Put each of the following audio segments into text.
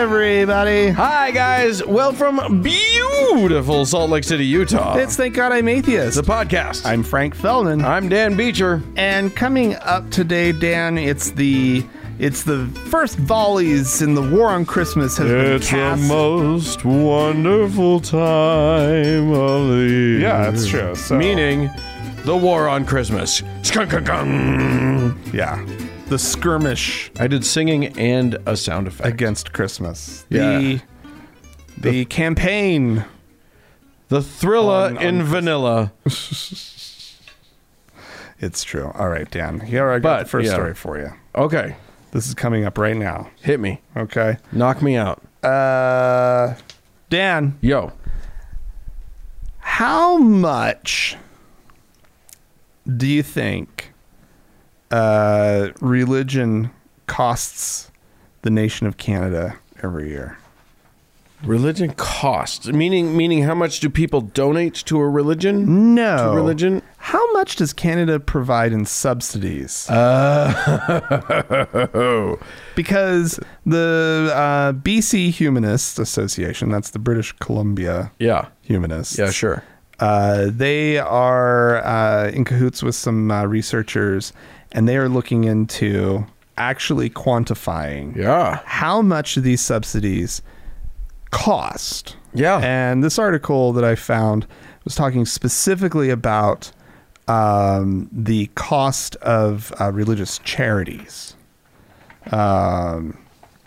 everybody. Hi, guys. Well, from beautiful Salt Lake City, Utah. It's Thank God I'm Atheist. the podcast. I'm Frank Feldman. I'm Dan Beecher. And coming up today, Dan, it's the it's the first volleys in the war on Christmas have been cast. most wonderful time of the year. Yeah, it's true. Oh. So, Meaning, the war on Christmas. Skunk, skunk, skunk. yeah, the skirmish I did singing and a sound effect. against Christmas. Yeah. the the, campaign. The thriller in vanilla. It's true. All right, Dan. Here I got But, the first yeah. story for you. Okay, This is coming up right now. hit me. Okay. Knock me out. Uh, Dan, Yo. how much do you think uh, religion costs the nation of Canada every year? Religion costs. Meaning meaning how much do people donate to a religion? No. To religion? How much does Canada provide in subsidies? Oh. because the uh, BC Humanist Association, that's the British Columbia Yeah. Humanists. Yeah, sure. Uh, they are uh, in cahoots with some uh, researchers, and they are looking into actually quantifying Yeah. how much these subsidies cost. Yeah. And this article that I found was talking specifically about um, the cost of uh, religious charities. Um,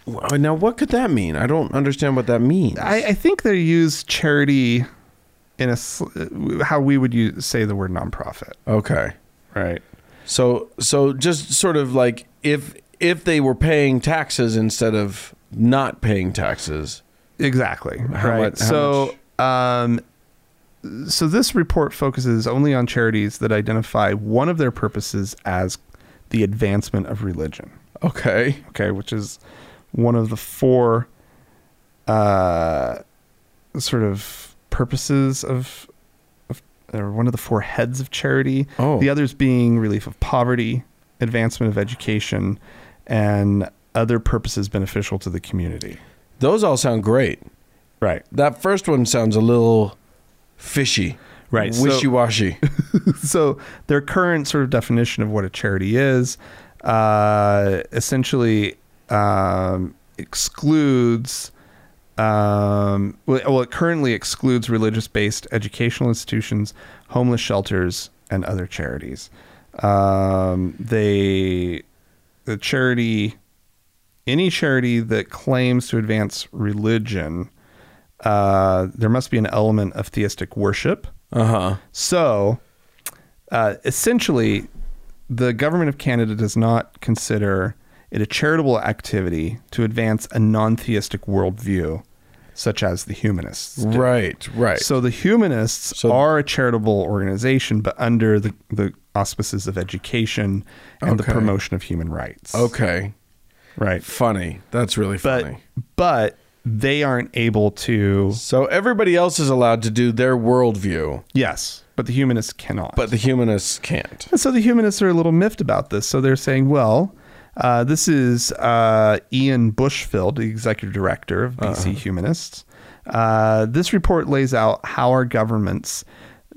Well, Now what could that mean? I don't understand what that means. I, I think they use charity in a sl- how we would use, say the word nonprofit. okay. right. So so just sort of like if if they were paying taxes instead of not paying taxes. Exactly. How right. much- how so, um, so this report focuses only on charities that identify one of their purposes as the advancement of religion. Okay. Okay, which is one of the four uh, sort of purposes of, of or one of the four heads of charity. Oh. The others being relief of poverty, advancement of education, and other purposes beneficial to the community. Those all sound great. Right. That first one sounds a little fishy. Right, so- Wishy-washy. so their current sort of definition of what a charity is uh, essentially um, excludes um, well, well it currently excludes religious based educational institutions homeless shelters and other charities um, they the charity any charity that claims to advance religion uh, there must be an element of theistic worship uh-huh. so, uh, essentially, the government of Canada does not consider it a charitable activity to advance a non theistic worldview, such as the humanists. do. Right, right. So, the humanists So- are a charitable organization, but under the, the auspices of education and the Okay. promotion of human rights. okay. Right. Funny. That's really But, funny. but they aren't able to. So everybody else is allowed to do their worldview, Yes, but the humanists cannot. but the humanists can't. And so the humanists are a little miffed about this. So they're saying, well, uh, this is uh, Ian Bushfield, the executive director of BC Humanists. Uh, this report lays out how our governments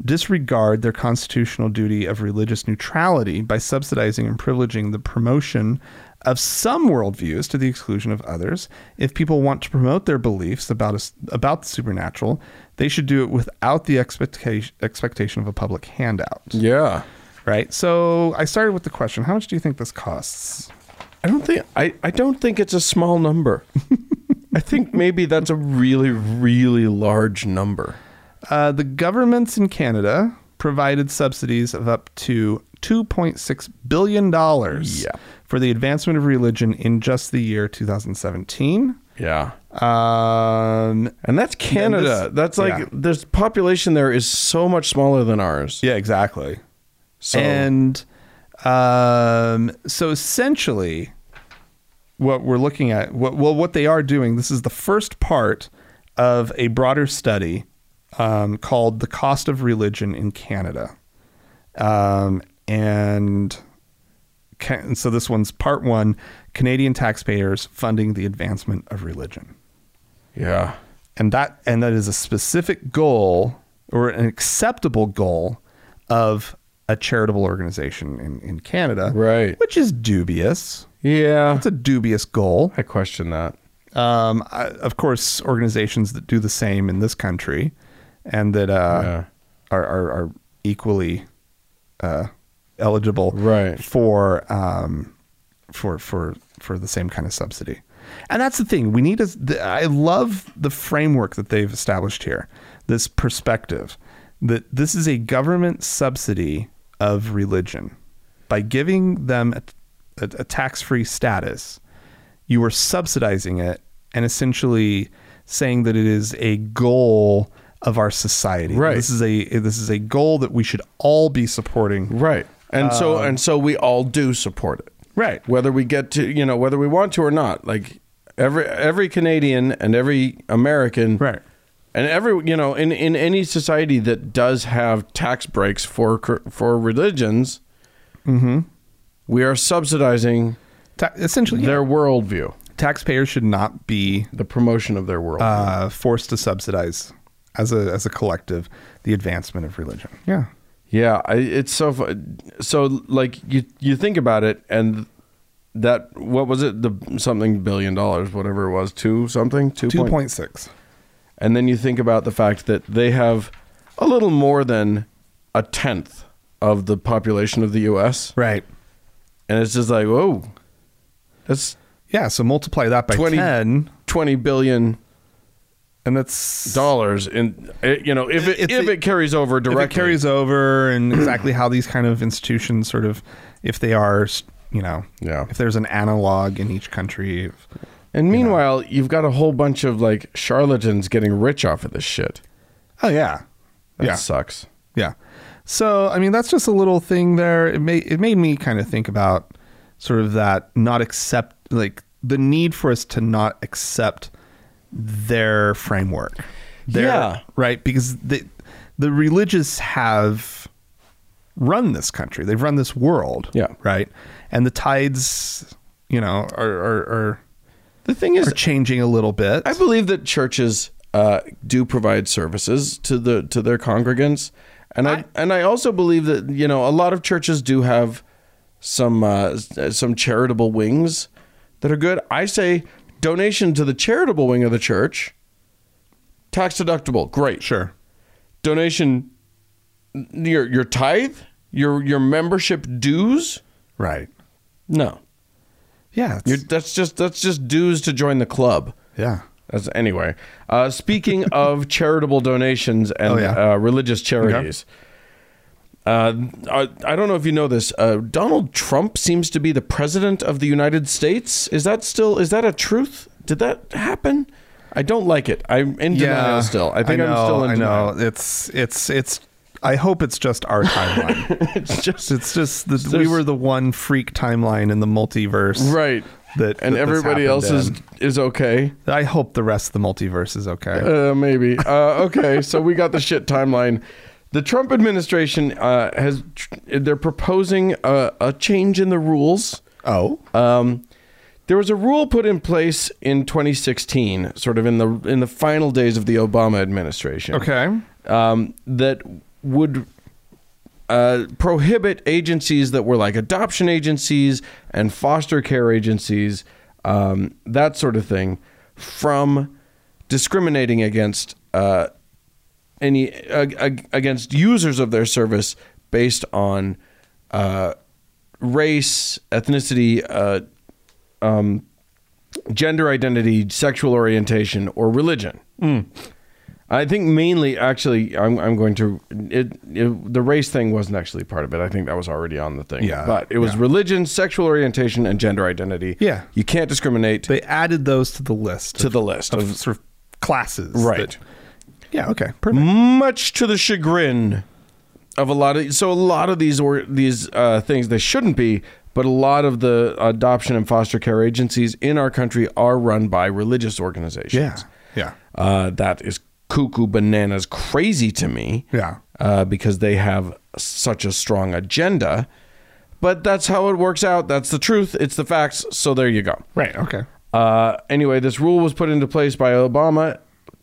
disregard their constitutional duty of religious neutrality by subsidizing and privileging the promotion of some worldviews to the exclusion of others. If people want to promote their beliefs about us about the supernatural, they should do it without the expectation expectation of a public handout Yeah. right? So I started with the question: How much do you think this costs? I don't think I, I don't think it's a small number. I think maybe that's a really, really large number. Uh, the governments in Canada provided subsidies of up to two point six billion dollars Yeah. for the advancement of religion in just the year 2017. Yeah. Um, And that's Canada. this- that's like yeah. this population there is so much smaller than ours. yeah, exactly. So And um, so essentially, what we're looking at, what, well, what they are doing, this is the first part of a broader study um, called The Cost of Religion in Canada. Um, and ca- so this one's part one Canadian taxpayers funding the advancement of religion. Yeah. and that and that is a specific goal or an acceptable goal of a charitable organization in, in Canada, Right. Which is dubious. Yeah. It's a dubious goal. I question that. Um, I, of course, organizations that do the same in this country and that uh, Yeah. are, are are equally uh, eligible Right. for um, for for for the same kind of subsidy. And that's the thing. We need a, the, I love the framework that they've established here. This perspective that this is a government subsidy of religion. By giving them a, a, a tax-free status, you are subsidizing it and essentially saying that it is a goal of our society. Right. This is a this is a goal that we should all be supporting. Right. And so and so we all do support it. Um, Right. Whether we get to, you know, whether we want to or not. Like every every Canadian and every American Right. And every, you know, in in any society that does have tax breaks for cr- for religions, Mm-hmm. we are subsidizing Ta- essentially, yeah. their worldview, taxpayers should not be the promotion of their worldview. uh, forced to subsidize as a as a collective the advancement of religion. Yeah. Yeah, I, it's so fu- so like you you think about it and that what was it the something billion dollars whatever it was two something two, Two point- point six. and then you think about the fact that they have a little more than a tenth of the population of the U.S. Right. and it's just like whoa, that's Yeah. So multiply that by 20 ten, twenty billion and that's dollars in eh, you know if it If if, it- it carries over if directly it carries over, and exactly how these kind of institutions sort of, if they are, you know, Yeah. if there's an analog in each country. of- and meanwhile you've got a whole bunch of like charlatans getting rich off of this shit. Oh yeah. That yeah. sucks. Yeah. So I mean that's just a little thing there. It made it made me kind of think about sort of that not accept like the need for us to not accept their framework. Their- Yeah. Right? Because the the religious have run this country. They've run this world. Yeah. Right. And the tides, you know, are are, The thing are, is, are changing a little bit. I believe that churches uh, do provide services to the to their congregants, and I, and I also believe that you know a lot of churches do have some uh, s- some charitable wings that are good. I say donation to the charitable wing of the church, tax deductible, great. sure. Donation, your your tithe, your your membership dues, Right. no, Yeah. it's- You're, that's just that's just dues to join the club. yeah. That's, anyway, uh, speaking of charitable donations and Oh, yeah. uh, religious charities, uh, I, I don't know if you know this. Uh, Donald Trump seems to be the president of the United States. Is that still is that a truth? Did that happen? I don't like it. I'm in denial still. I think am still in I know. denial. It's it's it's. I hope it's just our timeline. It's just it's just that we were the one freak timeline in the multiverse, right. That that and this everybody else happened is is okay. in. I hope the rest of the multiverse is okay. Uh, maybe. Uh, okay, so we got the shit timeline. The Trump administration uh, has they're proposing a, a change in the rules. oh, Um, there was a rule put in place in 2016, sort of in the in the final days of the Obama administration. okay. Um, that would uh, prohibit agencies that were like adoption agencies and foster care agencies, um, that sort of thing, from discriminating against uh, any ag- ag- against users of their service based on uh, race, ethnicity, uh, um, gender identity, sexual orientation, or religion. Hmm. I think mainly, actually, I'm, I'm going to. It, it, the race thing wasn't actually part of it. I think that was already on the thing. Yeah. But it was religion, sexual orientation, and gender identity. Yeah. You can't discriminate They added those to the list to of, the list. of of- sort of classes, Right. that- yeah. Okay. Perfect. much to the chagrin of a lot of so a lot of these or these uh, things they shouldn't be but a lot of the adoption and foster care agencies in our country are run by religious organizations Yeah. Yeah. uh, that is cuckoo bananas crazy to me Yeah. uh, because they have such a strong agenda but that's how it works out that's the truth it's the facts so there you go Right. Okay. Uh, anyway, this rule was put into place by Obama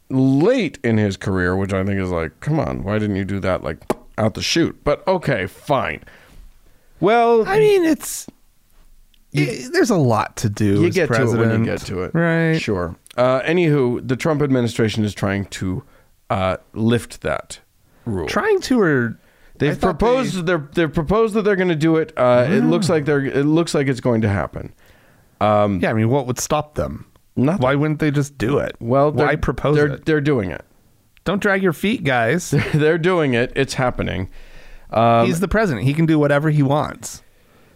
late in his career, which I think is like, come on, why didn't you do that like out the chute? But okay, fine. Well, I mean, it's i- there's a lot to do. you as get to it when president. you get to it. right? Sure. Uh, anywho, the Trump administration is trying to uh, lift that rule. Trying to or I They've thought proposed they- they're they've proposed that they're going to do it. Uh, It looks like they're it looks like it's going to happen. yeah, I mean, what would stop them? Nothing. Why wouldn't they just do it? Well, they're- why propose they're, it? They're doing it. Don't drag your feet, guys. They're doing it. It's happening. Um, He's the president. He can do whatever he wants.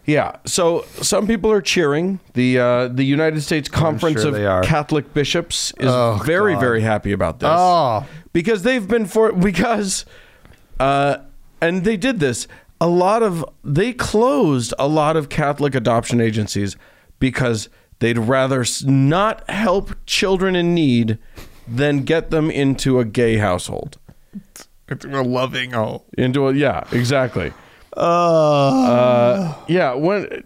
yeah. So some people are cheering. The uh, the United States Conference sure of they are. Catholic Bishops is Oh, very God. very happy about this. Oh. because they've been for because uh, and they did this a lot of they closed a lot of Catholic adoption agencies because they'd rather s- not help children in need than get them into a gay household. It's a loving oh. Into a yeah, exactly. Uh, yeah, when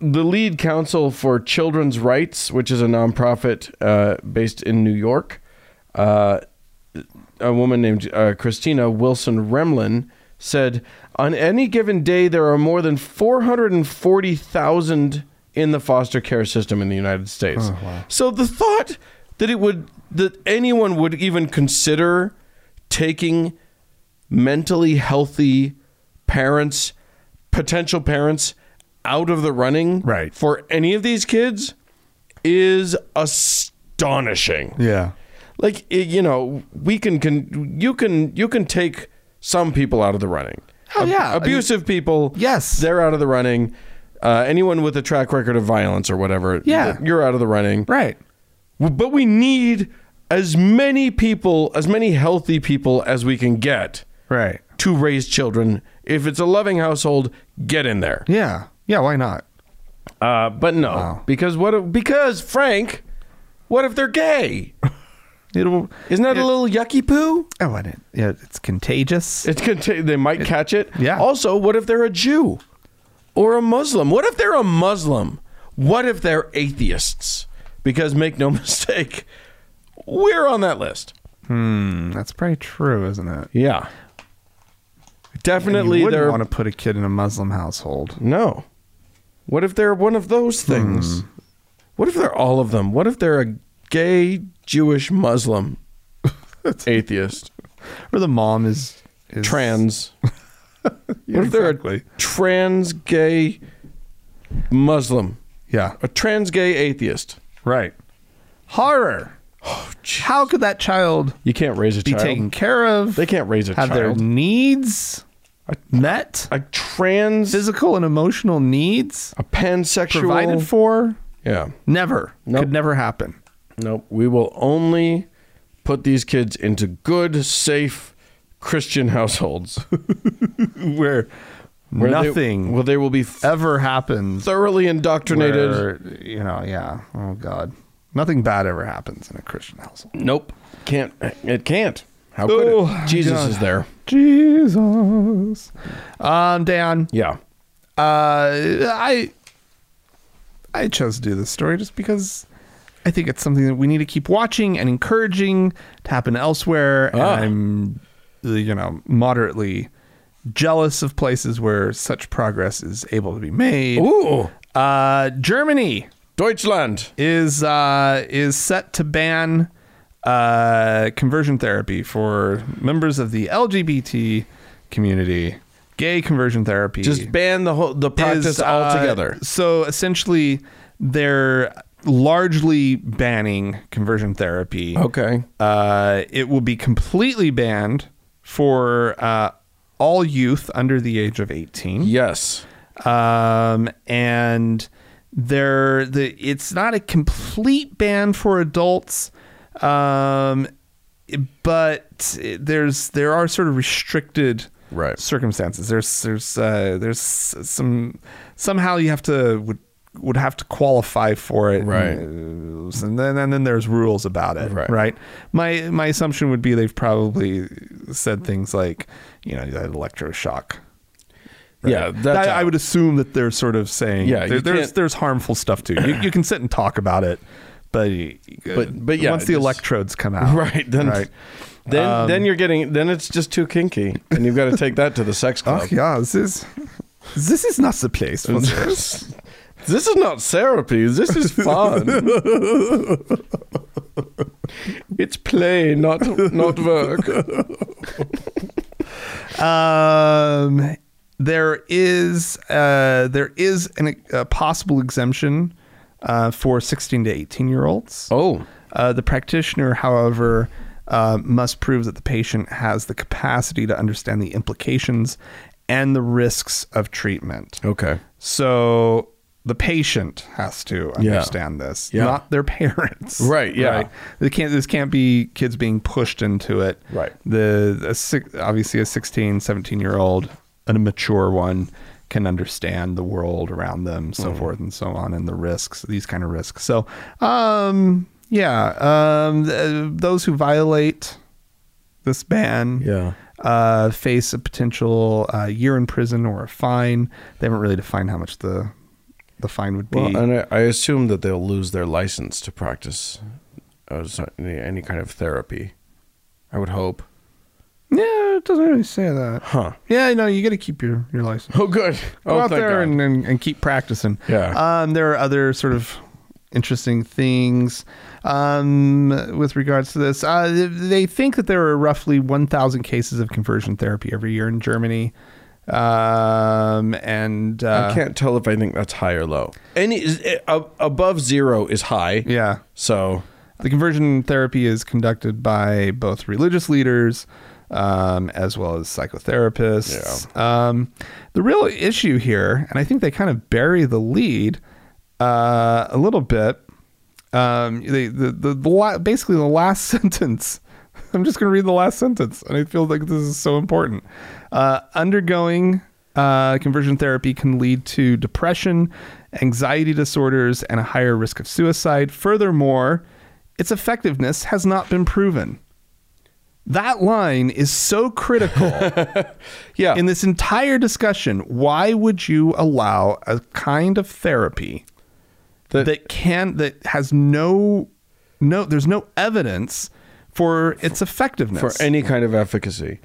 the lead counsel for Children's Rights, which is a nonprofit uh, based in New York, uh, a woman named uh, Christina Wilson Remlin said, "On any given day, there are more than 440,000 in the foster care system in the United States." Oh, So the thought that it would that anyone would even consider taking mentally healthy parents, potential parents, out of the running Right. for any of these kids is astonishing. Yeah. Like i- you know, we can, can you can you can take some people out of the running. Oh, yeah. abusive people. Yes. they're out of the running. Uh, anyone with a track record of violence or whatever. Yeah. you're out of the running. Right. But we need as many people, as many healthy people as we can get Right. to raise children. If it's a loving household, get in there. Yeah. Yeah. Why not? Uh, but no, because what? If, because Frank, what if they're gay? It'll. Isn't that a little yucky poo? Oh, I didn't. Yeah, it's contagious. It could. ta- they might catch it. yeah. Also, what if they're a Jew or a Muslim? What if they're a Muslim? What if they're atheists? Because make no mistake, we're on that list. Hmm. That's probably true, isn't it? Yeah. Definitely, you wouldn't they're want to put a kid in a Muslim household. No. What if they're one of those things? Hmm. What if they're all of them? What if they're a gay, Jewish, Muslim, atheist, Or the mom is, is trans? Yeah, what if they're exactly. a trans gay Muslim, Yeah. a trans gay atheist? Oh, Right. Horror. How could that child You can't raise a be child. taken care of? They can't raise a have their child. needs met, a trans, physical and emotional needs a pansexual. provided for. yeah. Never Nope. could never happen. Nope. We will only put these kids into good, safe Christian households. Where, Where they- nothing well, they will be ever happens. thoroughly indoctrinated. Where, you know, yeah. Oh God, nothing bad ever happens in a Christian household. Nope, can't. It can't. How could Oh, it? Jesus God. is there. Jesus. Um, Dan. Yeah. Uh, I I chose to do this story just because I think it's something that we need to keep watching and encouraging to happen elsewhere. Ah. And I'm, you know, moderately jealous of places where such progress is able to be made. Ooh, Uh, Germany Deutschland. is uh, is set to ban uh, conversion therapy for members of the LGBT community. Gay conversion therapy Just ban the whole the practice is, uh, altogether. So essentially, they're largely banning conversion therapy. Okay. Uh, it will be completely banned for uh, all youth under the age of 18. Yes. Um, and they're, the, it's not a complete ban for adults. Um, but there's there are sort of restricted Right. circumstances. There's there's uh, there's some somehow you have to would would have to qualify for it, Right. And, uh, and then and then there's rules about it, Right. My my assumption would be they've probably said things like, you know, that electroshock Yeah, that's I, I would assume that they're sort of saying, Yeah, yeah, you there's can't- there's harmful stuff too. You, you can sit and talk about it, but But- but yeah, once the just- electrodes come out, right Um, then. Right. Then, then you're getting then it's just too kinky, and you've got to take that to the sex club. Oh yeah, this is this is not the place for this. this is not therapy. This is fun. it's play, not not work. Um, there is uh, there is an, a possible exemption uh, for 16 to 18 year olds. Oh, Uh, the practitioner, however, uh, must prove that the patient has the capacity to understand the implications and the risks of treatment. okay. So the patient has to Yeah. understand this, Yeah. not their parents. Right, yeah. They can't. This can't be kids being pushed into it. Right. The a six, obviously a 16, 17 year old, an immature one can understand the world around them, so Mm. forth and so on, and the risks, these kind of risks. So, um, yeah, um, th- those who violate this ban Yeah. uh, face a potential uh, year in prison or a fine. They haven't really defined how much the the fine would be. Well, uh, and I, I assume that they'll lose their license to practice uh, so- any, any kind of therapy. I would hope. yeah, it doesn't really say that. Huh. Yeah, no, you got to keep your your license. Oh, good. Go Oh, out thank there God. and, and, and keep practicing. Yeah. Um, there are other sort of interesting things um, with regards to this. Uh, th- they think that there are roughly 1,000 cases of conversion therapy every year in Germany. Um, and uh, I can't tell if I think that's high or low. Any is- eh, ab- above zero is high. yeah. So The conversion therapy is conducted by both religious leaders um, as well as psychotherapists. Um, the real issue here, and I think they kind of bury the lead uh, a little bit. Um, they, the, the, the la- basically the last sentence. I'm just going to read the last sentence, and I feel like this is so important. Uh, undergoing uh, conversion therapy can lead to depression, anxiety disorders, and a higher risk of suicide. Furthermore, its effectiveness has not been proven. That line is so critical yeah, in this entire discussion. Why would you allow uh, a kind of therapy That- that, can that has no no there's no evidence for its for effectiveness? any kind of efficacy.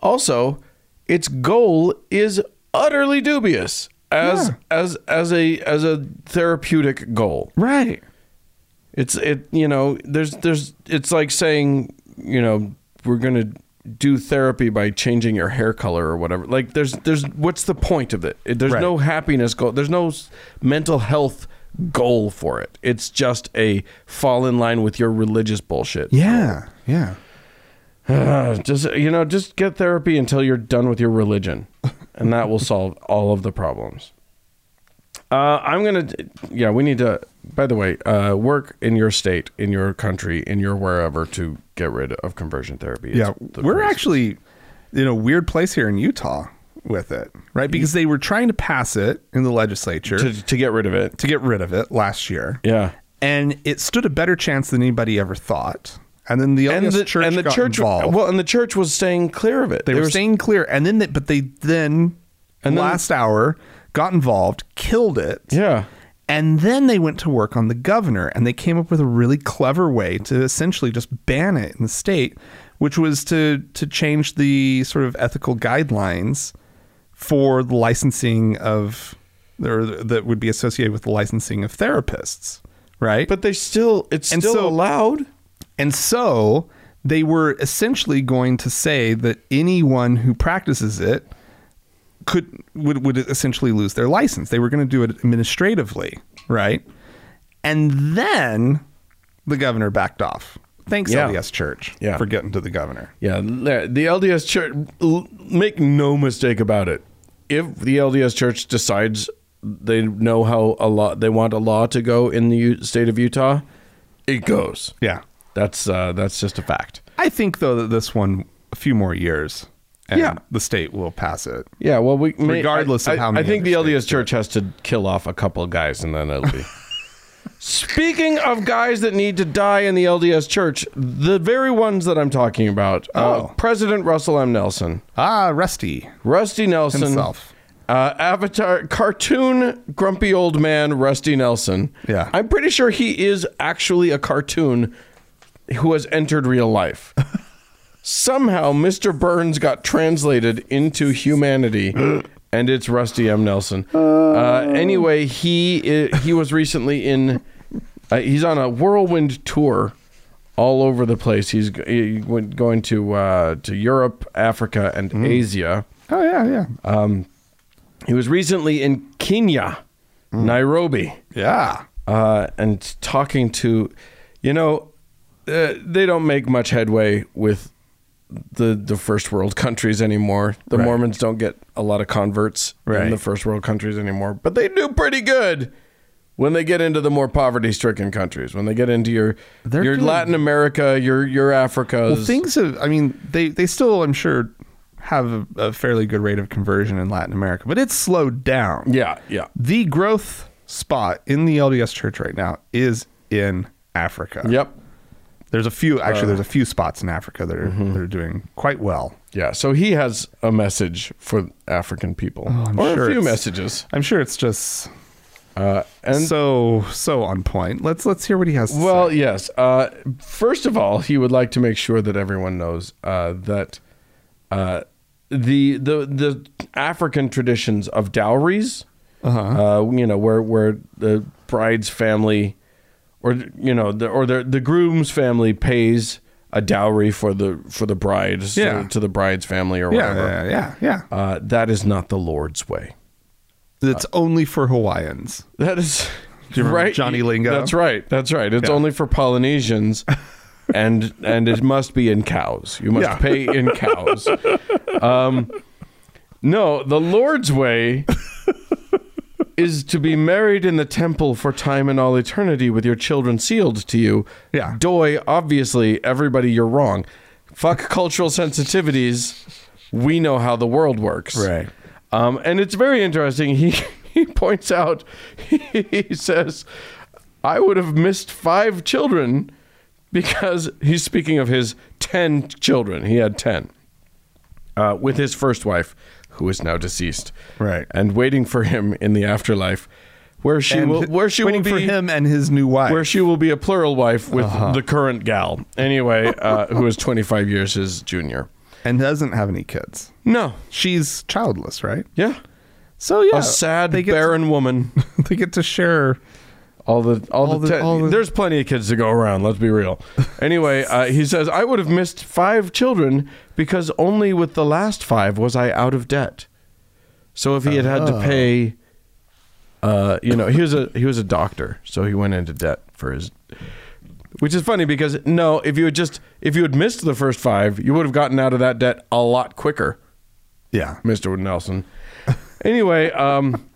Also, its goal is utterly dubious as as as a as a therapeutic goal. right. It's it you know there's there's it's like saying you know we're gonna do therapy by changing your hair color or whatever. Like there's there's what's the point of it? It- There's Right. no happiness goal. There's no s- mental health goal for it. It's just a fall in line with your religious bullshit. Yeah. Yeah. Ugh, Uh, just you know just get therapy until you're done with your religion, and that will solve all of the problems. Uh, I'm gonna. Yeah, we need to. By the way, uh, work in your state, in your country, in your wherever to get rid of conversion therapy. It's Yeah, the we're craziest. actually in a weird place here in Utah with it, right? Because they were trying to pass it in the legislature to, Mm-hmm. to to get rid of it. get rid of it last year, Yeah, and it stood a better chance than anybody ever thought. And then the and LDS the church and the got church. involved. Well, and the church was staying clear of it. they, were staying clear, and then they, but they then And then- last hour got involved, killed it, Yeah, and then they went to work on the governor, and they came up with a really clever way to essentially just ban it in the state, which was to to change the sort of ethical guidelines for the licensing of or that would be associated with the licensing of therapists, right? but they still. It's And still so- allowed. And so they were essentially going to say that anyone who practices it could would, would essentially lose their license. They were going to do it administratively, right? And then the governor backed off. Thanks, Yeah. LDS Church, Yeah. for getting to the governor. Yeah, the the LDS Church. l- Make no mistake about it. If the LDS Church decides they know how a law they want a law to go in the U- state of Utah, it goes. Yeah, That's uh, that's just a fact. I think though that this one, a few more years, and Yeah. the state will pass it. Yeah. Well, we may- Regardless of I- how I- many I think the other LDS Church has to kill off a couple of guys, and then it'll be. Speaking of guys that need to die in the LDS Church, the very ones that I'm talking about, uh, Oh. President Russell M. Nelson, Ah, Rusty Rusty Nelson, himself. Uh, Avatar cartoon grumpy old man Rusty Nelson. Yeah. I'm pretty sure he is actually a cartoon who has entered real life. Somehow, Mr. Burns got translated into humanity, and it's Rusty M. Nelson. Oh. Uh, anyway, he i- he was recently in. Uh, he's on a whirlwind tour all over the place. He's g- he went going to uh, to Europe, Africa, and Asia. Oh yeah, yeah, He was recently in Kenya, Hmm. Nairobi, yeah. uh, and talking to, you know, uh, they don't make much headway with the the first world countries anymore. The Mormons don't get a lot of converts in Right. the first world countries anymore, but they do pretty good when they get into the more poverty stricken countries. When they get into your They're your doing- Latin America, your your Africa's. Well, things have. I mean, they they still, I'm sure, have a, a fairly good rate of conversion in Latin America, but it's slowed down. yeah, yeah, The growth spot in the LDS Church right now is in Africa. yep. There's a few actually. there's a few spots in Africa that are that are doing quite well. Yeah, so he has a message for African people, Oh, I'm or sure a few it's- messages. I'm sure it's just Uh, and so so on point. Let's let's hear what he has. To well, yes. Uh, first of all, he would like to make sure that everyone knows uh, that uh, the the the African traditions of dowries, Uh-huh. uh you know, where where the bride's family, or you know, the, or the the groom's family pays a dowry for the for the bride so- Yeah. to the bride's family or say. whatever. yeah, yeah, yeah, yeah. Uh, that is not the Lord's way. It's only for Hawaiians. That is Do you remember right, Johnny Lingo? That's right. That's right. It's only for Polynesians, and and it must be in cows. You must Yeah. pay in cows. Um, no, the Lord's way is to be married in the temple for time and all eternity with your children sealed to you. Yeah. Doi, obviously, everybody, you're wrong. Fuck cultural sensitivities. We know how the world works. Right. Um, and it's very interesting. He he points out, he says, I would have missed five children because he's speaking of his 10 children. He had 10 uh, with his first wife, who is now deceased. Right. And waiting for him in the afterlife, where she And will, where she will waiting be for him Uh-huh. and his new wife. where she will be a plural wife with the current gal. Anyway, uh, who is 25 years his junior. and doesn't have any kids. No. She's childless, right? Yeah. So yeah, A sad, They get barren woman. To, they get to share. All the all, the, the- te- all the- there's plenty of kids to go around. Let's be real. Anyway, uh, he says I would have missed five children because only with the last five was I out of debt. So if he had had to pay, uh, you know, he was a he was a doctor, so he went into debt for his. Which is funny because no, if you had just if you had missed the first five, you would have gotten out of that debt a lot quicker. Yeah, Mr. Nelson. Anyway, um,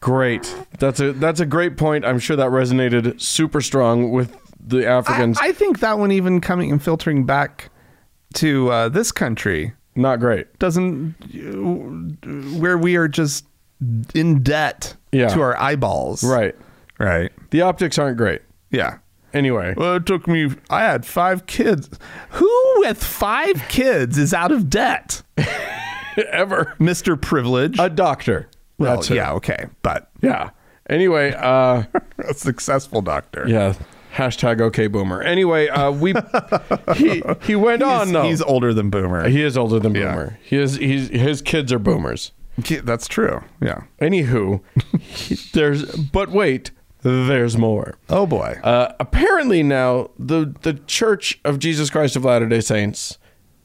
great. That's a that's a great point. I'm sure that resonated super strong with the I, Africans. I think that one even coming and filtering back to uh, this country Not great. doesn't uh, where we are just in debt Yeah. to our eyeballs. Right. right, The optics aren't great. yeah. Anyway, Well, it took me. I had five kids. Who with five kids is out of debt, ever Mister Privilege? a doctor. well, Uh, That's it. yeah, okay, but Yeah. Anyway, uh, a successful doctor. yeah. Hashtag OK Boomer. Anyway, uh, we he he went on he's, though. he's older than Boomer. he is older than Yeah. Boomer. He is he's his kids are boomers. Ki- That's true. Yeah. Anywho, there's but wait, there's more. Oh boy. Uh, apparently now the the Church of Jesus Christ of Latter Day Saints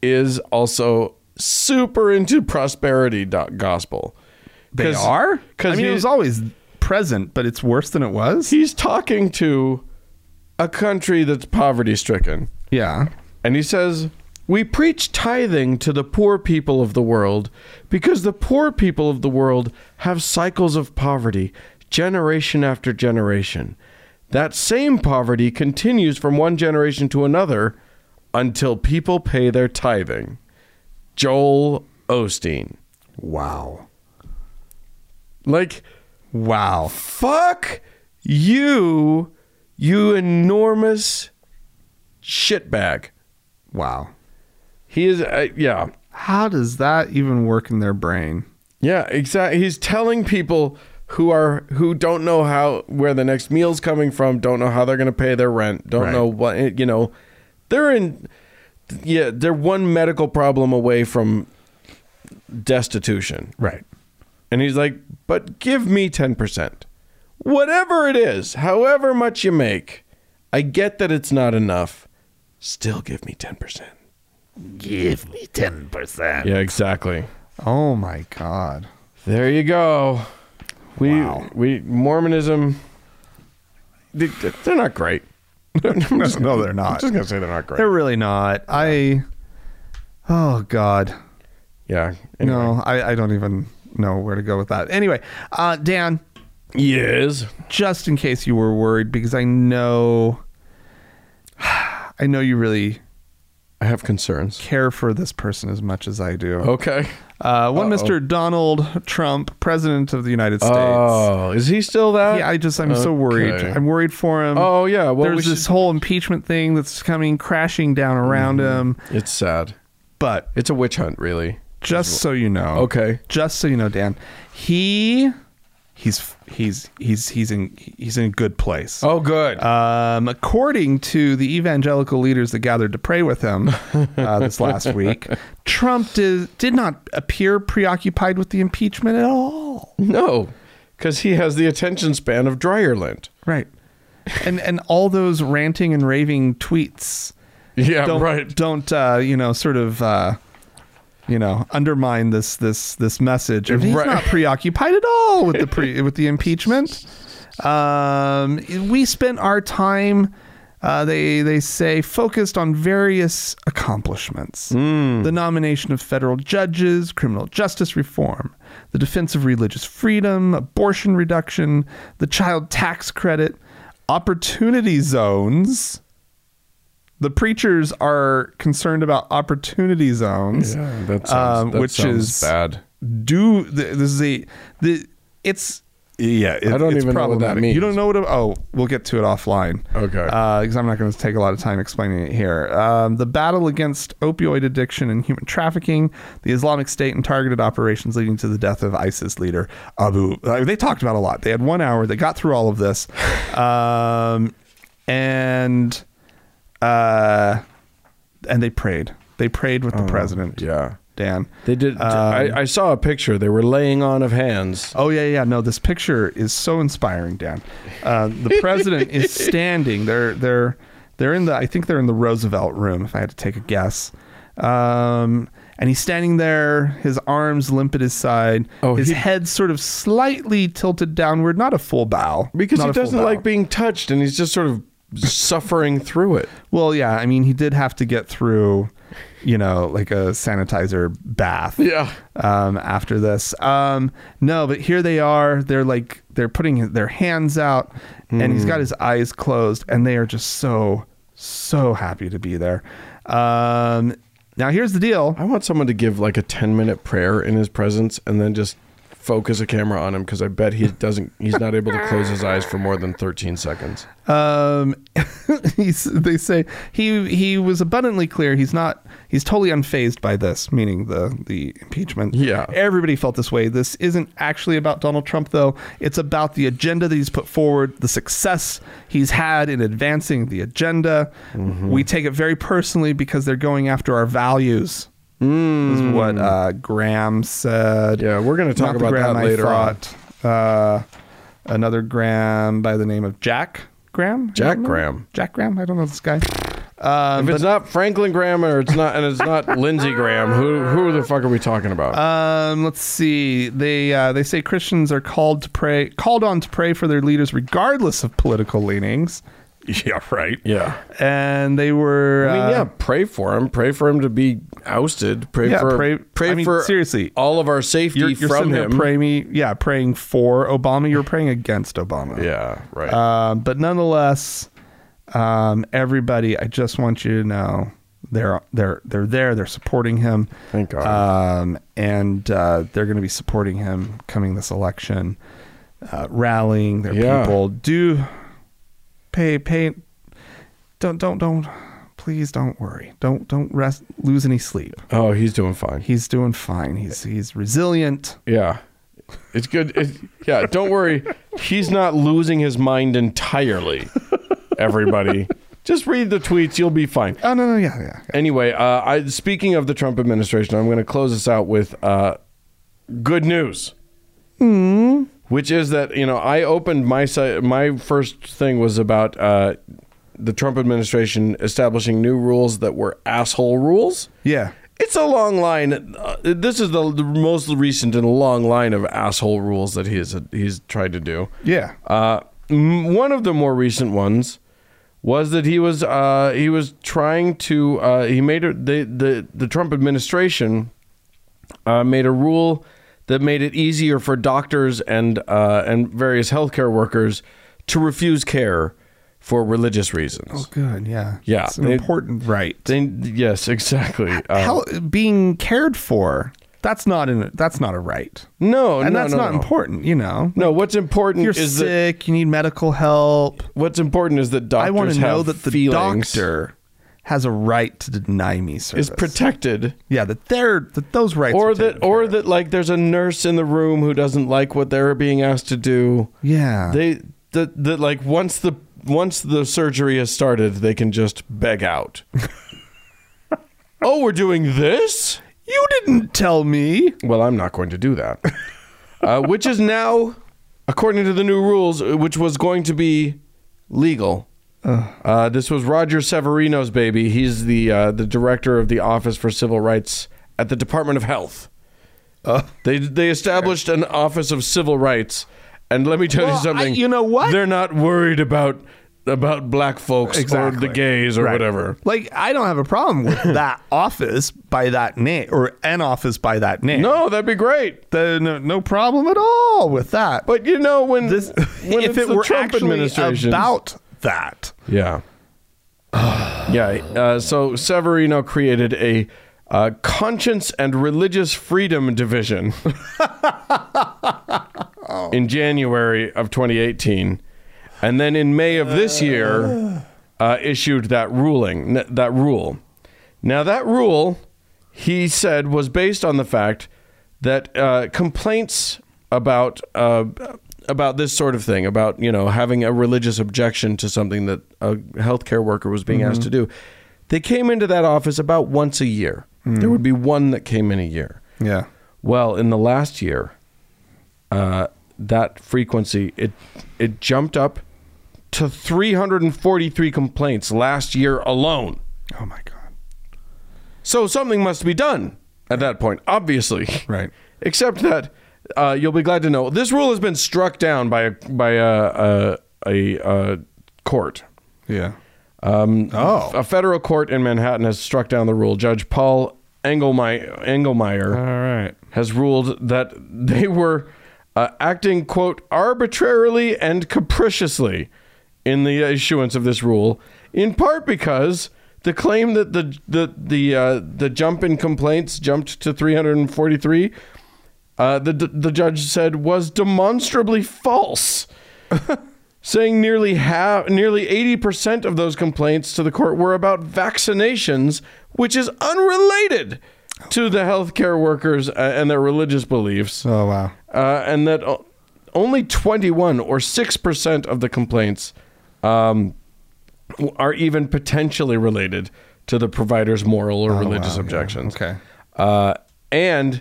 is also super into prosperity do- gospel. they are. because I mean, it was always present, but it's worse than it was. he's talking to a country that's poverty stricken. yeah. And he says, We preach tithing to the poor people of the world because the poor people of the world have cycles of poverty, generation after generation. That same poverty continues from one generation to another until people pay their tithing. Joel Osteen. Wow. Like, Wow. fuck you, you enormous shitbag. Wow. He is, uh, yeah. How does that even work in their brain? Yeah, exactly. He's telling people who are who don't know how where the next meal's coming from, don't know how they're going to pay their rent, don't Right. know what eh, you know. They're in yeah, they're one medical problem away from destitution. Right. And he's like, "But give me 10%. Whatever it is, however much you make. I get that it's not enough. Still give me 10%." Give me 10%. Yeah, exactly. Oh my God. There you go. We Wow. we Mormonism. They, they're not great. I'm just, No, they're I'm not. just gonna say they're not great. They're really not. I. Oh God. yeah. anyway. No, I, I don't even know where to go with that. Anyway, uh, Dan, Yes. just in case you were worried, because I know, I know you really I have concerns. care for this person as much as I do. Okay. Uh, one Mr. Donald Trump, President of the United States. Oh, is he still that? yeah, I just I'm so worried. okay. I'm worried for him. Oh yeah. Well, There's we this should- whole impeachment thing that's coming crashing down around Mm-hmm. him. it's sad. But It's a witch hunt, really. just so you know, Okay. Just so you know, Dan, he he's he's he's he's in he's in a good place. Oh, good. Um, according to the evangelical leaders that gathered to pray with him uh, this last week, Trump did, did not appear preoccupied with the impeachment at all. no, because he has the attention span of Dryerland. Right. And and all those ranting and raving tweets Yeah. don't right. don't uh, you know sort of uh, you know undermine this this this message. And he's Right. not preoccupied at all with the pre with the impeachment. Uh, Um, we spent our time. Uh, they they say focused on various accomplishments: Hmm. the nomination of federal judges, criminal justice reform, the defense of religious freedom, abortion reduction, the child tax credit, opportunity zones the preachers are concerned about opportunity zones, Yeah, that sounds, um, that which sounds is bad. do th- this is a the it's yeah it- I don't it's even know what that problematic. means. You don't know what? It, oh, we'll get to it offline. Okay. because I'm not going to take a lot of time explaining it here. Um, the battle against opioid addiction and human trafficking, the Islamic State and targeted operations leading to the death of ISIS leader Abu. uh, they talked about a lot. They had one hour. They got through all of this, um, and uh, and they prayed. They prayed with the president. Yeah. Dan. They did. I, I saw a picture. They were laying on of hands. Oh yeah, yeah. No, this picture is so inspiring, Dan. Uh, the president is standing. They're they're they're in the. I think they're in the Roosevelt Room, if I had to take a guess. Um, and he's standing there, his arms limp at his side, Oh, his he- head sort of slightly tilted downward, not a full bow, because not he a full doesn't bow. like being touched, and he's just sort of suffering through it. Well, yeah. I mean, he did have to get through, you know, like a sanitizer bath. Yeah. um, after this. Um, no, but here they are. They're like they're putting their hands out, and he's got his eyes closed, and they are just so so happy to be there. Um, now here's the deal. I want someone to give like a ten-minute prayer in his presence, and then just focus a camera on him because I bet he doesn't. He's not able to close his eyes for more than thirteen seconds. Um, he's, they say he he was abundantly clear. He's not. He's totally unfazed by this, meaning the the impeachment. Yeah. everybody felt this way. This isn't actually about Donald Trump, though. It's about the agenda that he's put forward, the success he's had in advancing the agenda. We take it very personally because they're going after our values. Is what uh, Graham said. Mm, Hmm. Yeah, we're gonna talk Not the about Graham that I later on. thought. Uh, another Graham by the name of Jack Graham. Mm-hmm. Jack I don't know. Graham. Um, Jack Graham. I don't know this guy. if it's not Franklin Graham or it's not, and it's not Lindsey Graham, who who the fuck are we talking about? Um, let's see. They uh, they say Christians are called to pray, called on to pray for their leaders, regardless of political leanings. Yeah, right. yeah. And they were. I mean, uh, yeah, pray for him. Pray for him to be ousted. Pray Yeah, for pray- pray, I mean, for seriously. all of our safety You're, you're from sitting there him. praying me, yeah, praying for Obama. You're praying against Obama. Yeah, right. Um, but nonetheless, um, everybody, I just want you to know they're they're they're there. They're supporting him. Thank God. Um, and uh, they're going to be supporting him coming this election, uh, rallying their Yeah. people. Do pay pay. Don't don't don't please don't worry. Don't don't rest lose any sleep. Oh, he's doing fine. He's doing fine. He's he's resilient. Yeah. It's good. It, yeah, don't worry. He's not losing his mind entirely, everybody. Just read the tweets. You'll be fine. Oh no no yeah yeah. Anyway, uh, I, speaking of the Trump administration, I'm going to close this out with uh, good news. Which is that, you know, I opened my site. My first thing was about uh, the Trump administration establishing new rules that were asshole rules. Yeah. It's a long line. Uh, this is the, the most recent in a long line of asshole rules that he has he's tried to do. Yeah. Uh, m- one of the more recent ones was that he was uh, he was trying to uh, he made a, the the the Trump administration uh, made a rule that made it easier for doctors and uh, and various healthcare workers to refuse care for religious reasons. Oh good, yeah. Yeah, It's an they- important right. They, yes, exactly. Uh, Hell, being cared for, that's not an that's not a right. no, and no, that's no, not no. important, you know. No, what's important You're is that sick, you need medical help. what's important is that doctors I want to know have that the feelings doctor has a right to deny me service. is protected yeah, that they're that those rights or are that taken care or of. that like there's a nurse in the room who doesn't like what they're being asked to do yeah. they that that like once the once the surgery has started they can just beg out oh we're doing this you didn't tell me. well i'm not going to do that uh, which is now according to the new rules uh, which was going to be legal uh, this was Roger Severino's baby. He's the uh, the director of the Office for Civil Rights at the Department of Health. Uh. They they established an office of civil rights, and let me tell Well, you I- something. you know what? They're not worried about about black folks or Exactly. the gays or Right. whatever. Like I don't have a problem with that office by that name or an office by that name. No, that'd be great. The- no, no problem at all with that. But you know when this, when if it's it the were Trump actually administration about that, Yeah. yeah. Uh, so Severino created a uh, conscience and religious freedom division in January of 2018. And then in May of this year, uh, issued that ruling, n- that rule. Now, that rule, he said, was based on the fact that uh, complaints about uh, about this sort of thing, about you know having a religious objection to something that a healthcare worker was being asked to do, they came into that office about once a year. There would be one that came in a year. yeah, Well, in the last year, uh, that frequency it it jumped up to 343 complaints last year alone. oh my god, So something must be done at that point, obviously. Right. Except that uh, you'll be glad to know this rule has been struck down by a by a a, a, uh court. yeah, Um, Oh. a federal court in Manhattan has struck down the rule. Judge Paul Engelmeyer, Engelmeyer right, has ruled that they were uh, acting, quote, arbitrarily and capriciously in the issuance of this rule, in part because the claim that the the the uh, the jump in complaints jumped to 343, uh, the the judge said was demonstrably false. Saying nearly half, nearly 80% of those complaints to the court were about vaccinations, which is unrelated to the healthcare workers uh, and their religious beliefs oh wow, uh, and that o- only 21 or 6% of the complaints um, w- are even potentially related to the provider's moral or religious Oh, wow, yeah, objections. okay. Uh, and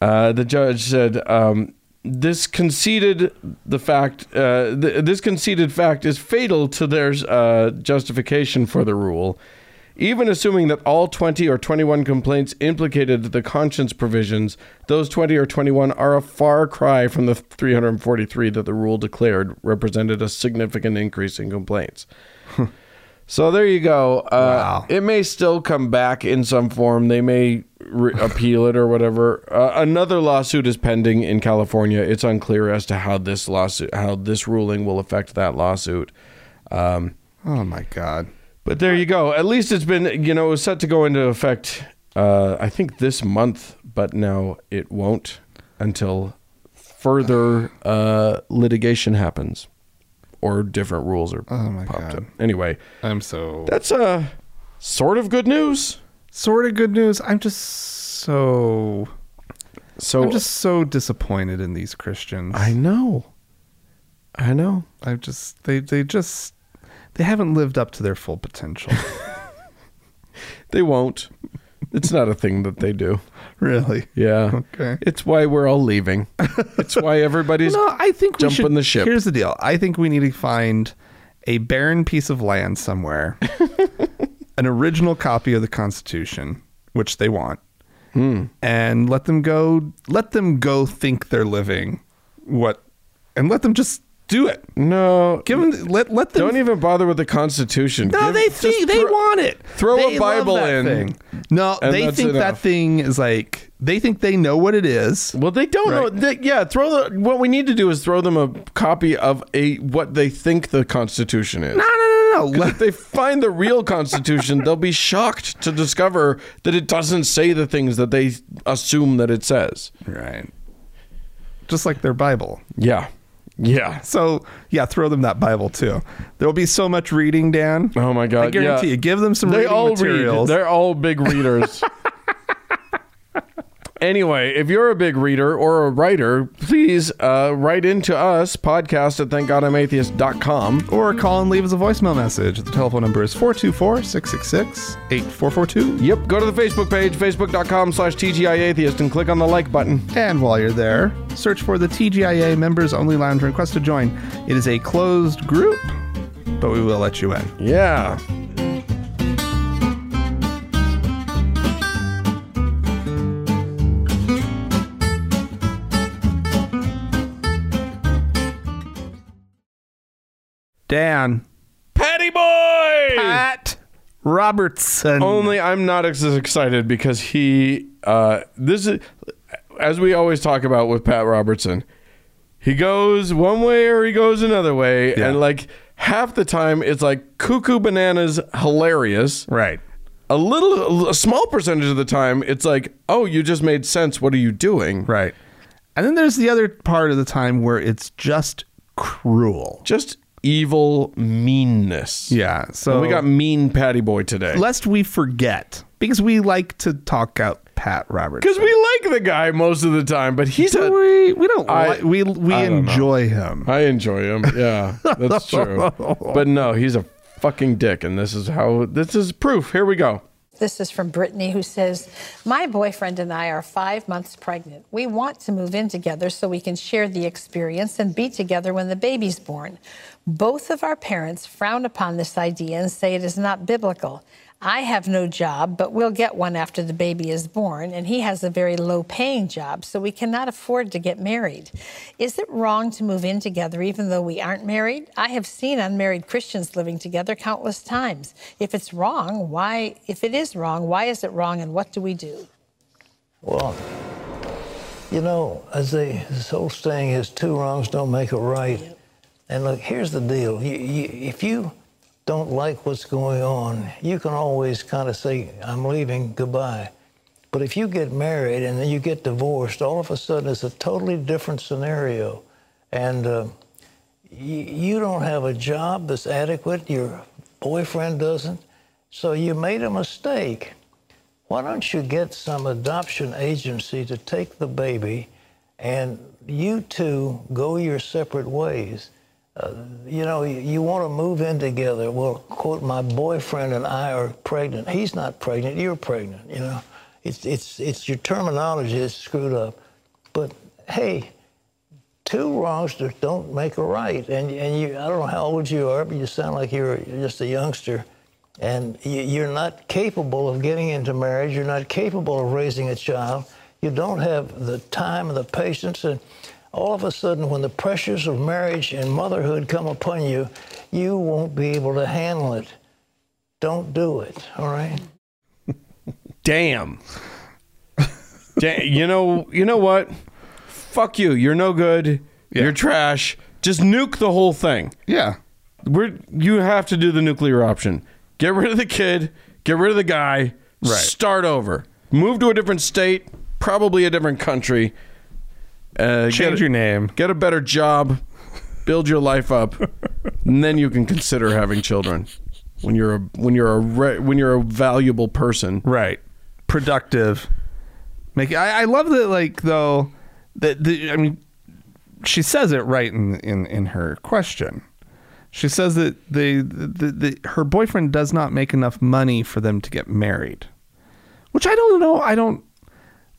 uh, the judge said um, this conceded the fact uh, th- this conceded fact is fatal to their uh, justification for the rule. Even assuming that all 20 or 21 complaints implicated the conscience provisions, those 20 or 21 are a far cry from the 343 that the rule declared represented a significant increase in complaints. So there you go. Uh, Wow. It may still come back in some form. They may re- appeal it or whatever. Uh, another lawsuit is pending in California. It's unclear as to how this lawsuit, how this ruling will affect that lawsuit. Um, oh my god, but there you go. At least it's been, you know, it was set to go into effect, uh, I think this month, but now it won't until further uh, litigation happens or different rules are Oh my popped God. up. Anyway, I'm so that's uh sort of good news. Sort of good news. I'm just so So I'm just so disappointed in these Christians. I I, know. I know. I just they they just they haven't lived up to their full potential. They won't. It's not a thing that they do. really. Yeah. Okay. It's why we're all leaving. It's why everybody's No, I think we jumping should, the ship. Here's the deal. I think we need to find a barren piece of land somewhere, an original copy of the Constitution, which they want, Hmm. and let them go. Let them go think they're living what, and let them just do it. No. Give them. Let let them. don't even bother with the Constitution. no, Give- they just think they throw- want it. throw a They love Bible that in, thing. No, and they that's think that enough. thing is like they think they know what it is. Well, they don't know. Right. They, yeah, throw the. What we need to do is throw them a copy of a what they think the Constitution is. No, no, no, no. Let, If they find the real Constitution, they'll be shocked to discover that it doesn't say the things that they assume that it says. Right. Just like their Bible. Yeah. Yeah. So, yeah, throw them that Bible too. There'll be so much reading, Dan. Oh my God. I guarantee yeah. you. Give them some They reading all materials. read. They're all big readers. anyway, if you're a big reader or a writer, please uh, write into us, podcast at thankgodimatheist.com. or call and leave us a voicemail message. The telephone number is 424 666 8442. Yep, go to the Facebook page, facebook.com slash TGIAtheist, and click on the like button. And while you're there, search for the TGIA Members Only Lounge and request to join. It is a closed group, but we will let you in. Yeah. Dan. Patty Boy! Pat Robertson. Only I'm not as excited because he, uh, this is, as we always talk about with Pat Robertson, he goes one way or he goes another way. Yeah. And like half the time, it's like cuckoo bananas hilarious. Right. A little, a small percentage of the time, it's like, oh, you just made sense. What are you doing? Right. And then there's the other part of the time where it's just cruel. Just evil meanness. Yeah. So And we got mean Patty Boy today. lest we forget because we like to talk out Pat Roberts. Because we like the guy most of the time, but he's a. we we don't I- like we we I don't know. enjoy him. I enjoy him. Yeah, that's true. but no, he's a fucking dick, and this is how. This is proof. Here we go. This is from Brittany, who says, My boyfriend and I are five months pregnant. We want to move in together so we can share the experience and be together when the baby's born. Both of our parents frown upon this idea and say it is not biblical. I have no job, but we'll get one after the baby is born, and he has a very low paying job, so we cannot afford to get married. Is it wrong to move in together even though we aren't married? I have seen unmarried Christians living together countless times. If it's wrong, why, if it is wrong, why is it wrong, and what do we do? Well, you know, as they, this old saying is, two wrongs don't make a right. And look, here's the deal. You, you, if you don't like what's going on, you can always kind of say, I'm leaving, goodbye. But if you get married and then you get divorced, all of a sudden it's a totally different scenario. And uh, you, you don't have a job that's adequate, your boyfriend doesn't, so you made a mistake. Why don't you get some adoption agency to take the baby and you two go your separate ways? Uh, you know, you, you want to move in together. Well, quote, my boyfriend and I are pregnant. He's not pregnant, you're pregnant, you know. It's, it's, it's your terminology is screwed up. But hey, two wrongs that don't make a right. And and you, I don't know how old you are, but you sound like you're just a youngster. And you, you're not capable of getting into marriage. You're not capable of raising a child. You don't have the time and the patience. And all of a sudden, when the pressures of marriage and motherhood come upon you, you won't be able to handle it. Don't do it. All right. Damn. Damn. You know. You know what? Fuck you. You're no good. Yeah. You're trash. Just nuke the whole thing. Yeah. We're. You have to do the nuclear option. Get rid of the kid. Get rid of the guy. Right. Start over. Move to a different state. Probably a different country. Uh, get Change it- your name. get a better job, build your life up, and then you can consider having children. when you're a when you're a re, when you're a valuable person. Right. Productive. Make I, I love that like though that the, I mean she says it right in in in her question. She says that the, the, the her boyfriend does not make enough money for them to get married. Which I don't know. I don't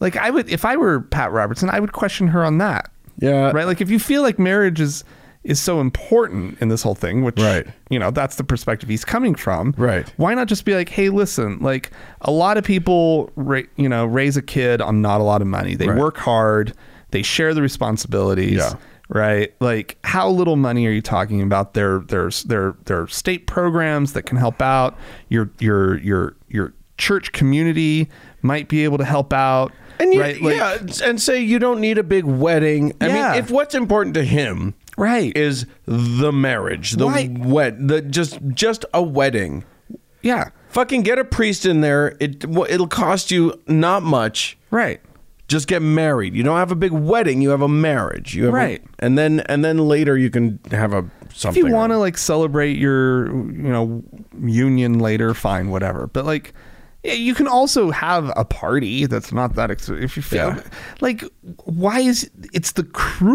like I would if I were Pat Robertson, I would question her on that. Yeah. Right? Like if you feel like marriage is is so important in this whole thing, which Right. you know, that's the perspective he's coming from. Right. Why not just be like, hey, listen, like a lot of people, ra- you know, raise a kid on not a lot of money. They Right. work hard. They share the responsibilities. Yeah. Right. Like how little money are you talking about? There, there's there, there are state programs that can help out your, your, your, your church community might be able to help out. And you, right. Like- yeah, and say you don't need a big wedding. I Yeah. mean, if what's important to him Right. is the marriage, the Right. wed, the just just a wedding. yeah. Fucking get a priest in there. It wha- it'll cost you not much. Right. Just get married. You don't have a big wedding. You have a marriage. You have a- Right. and then and then later you can have a if something. you want or- to like celebrate your you know union later fine whatever but like yeah, you can also have a party that's not that ex- if you feel Yeah. like why is it's the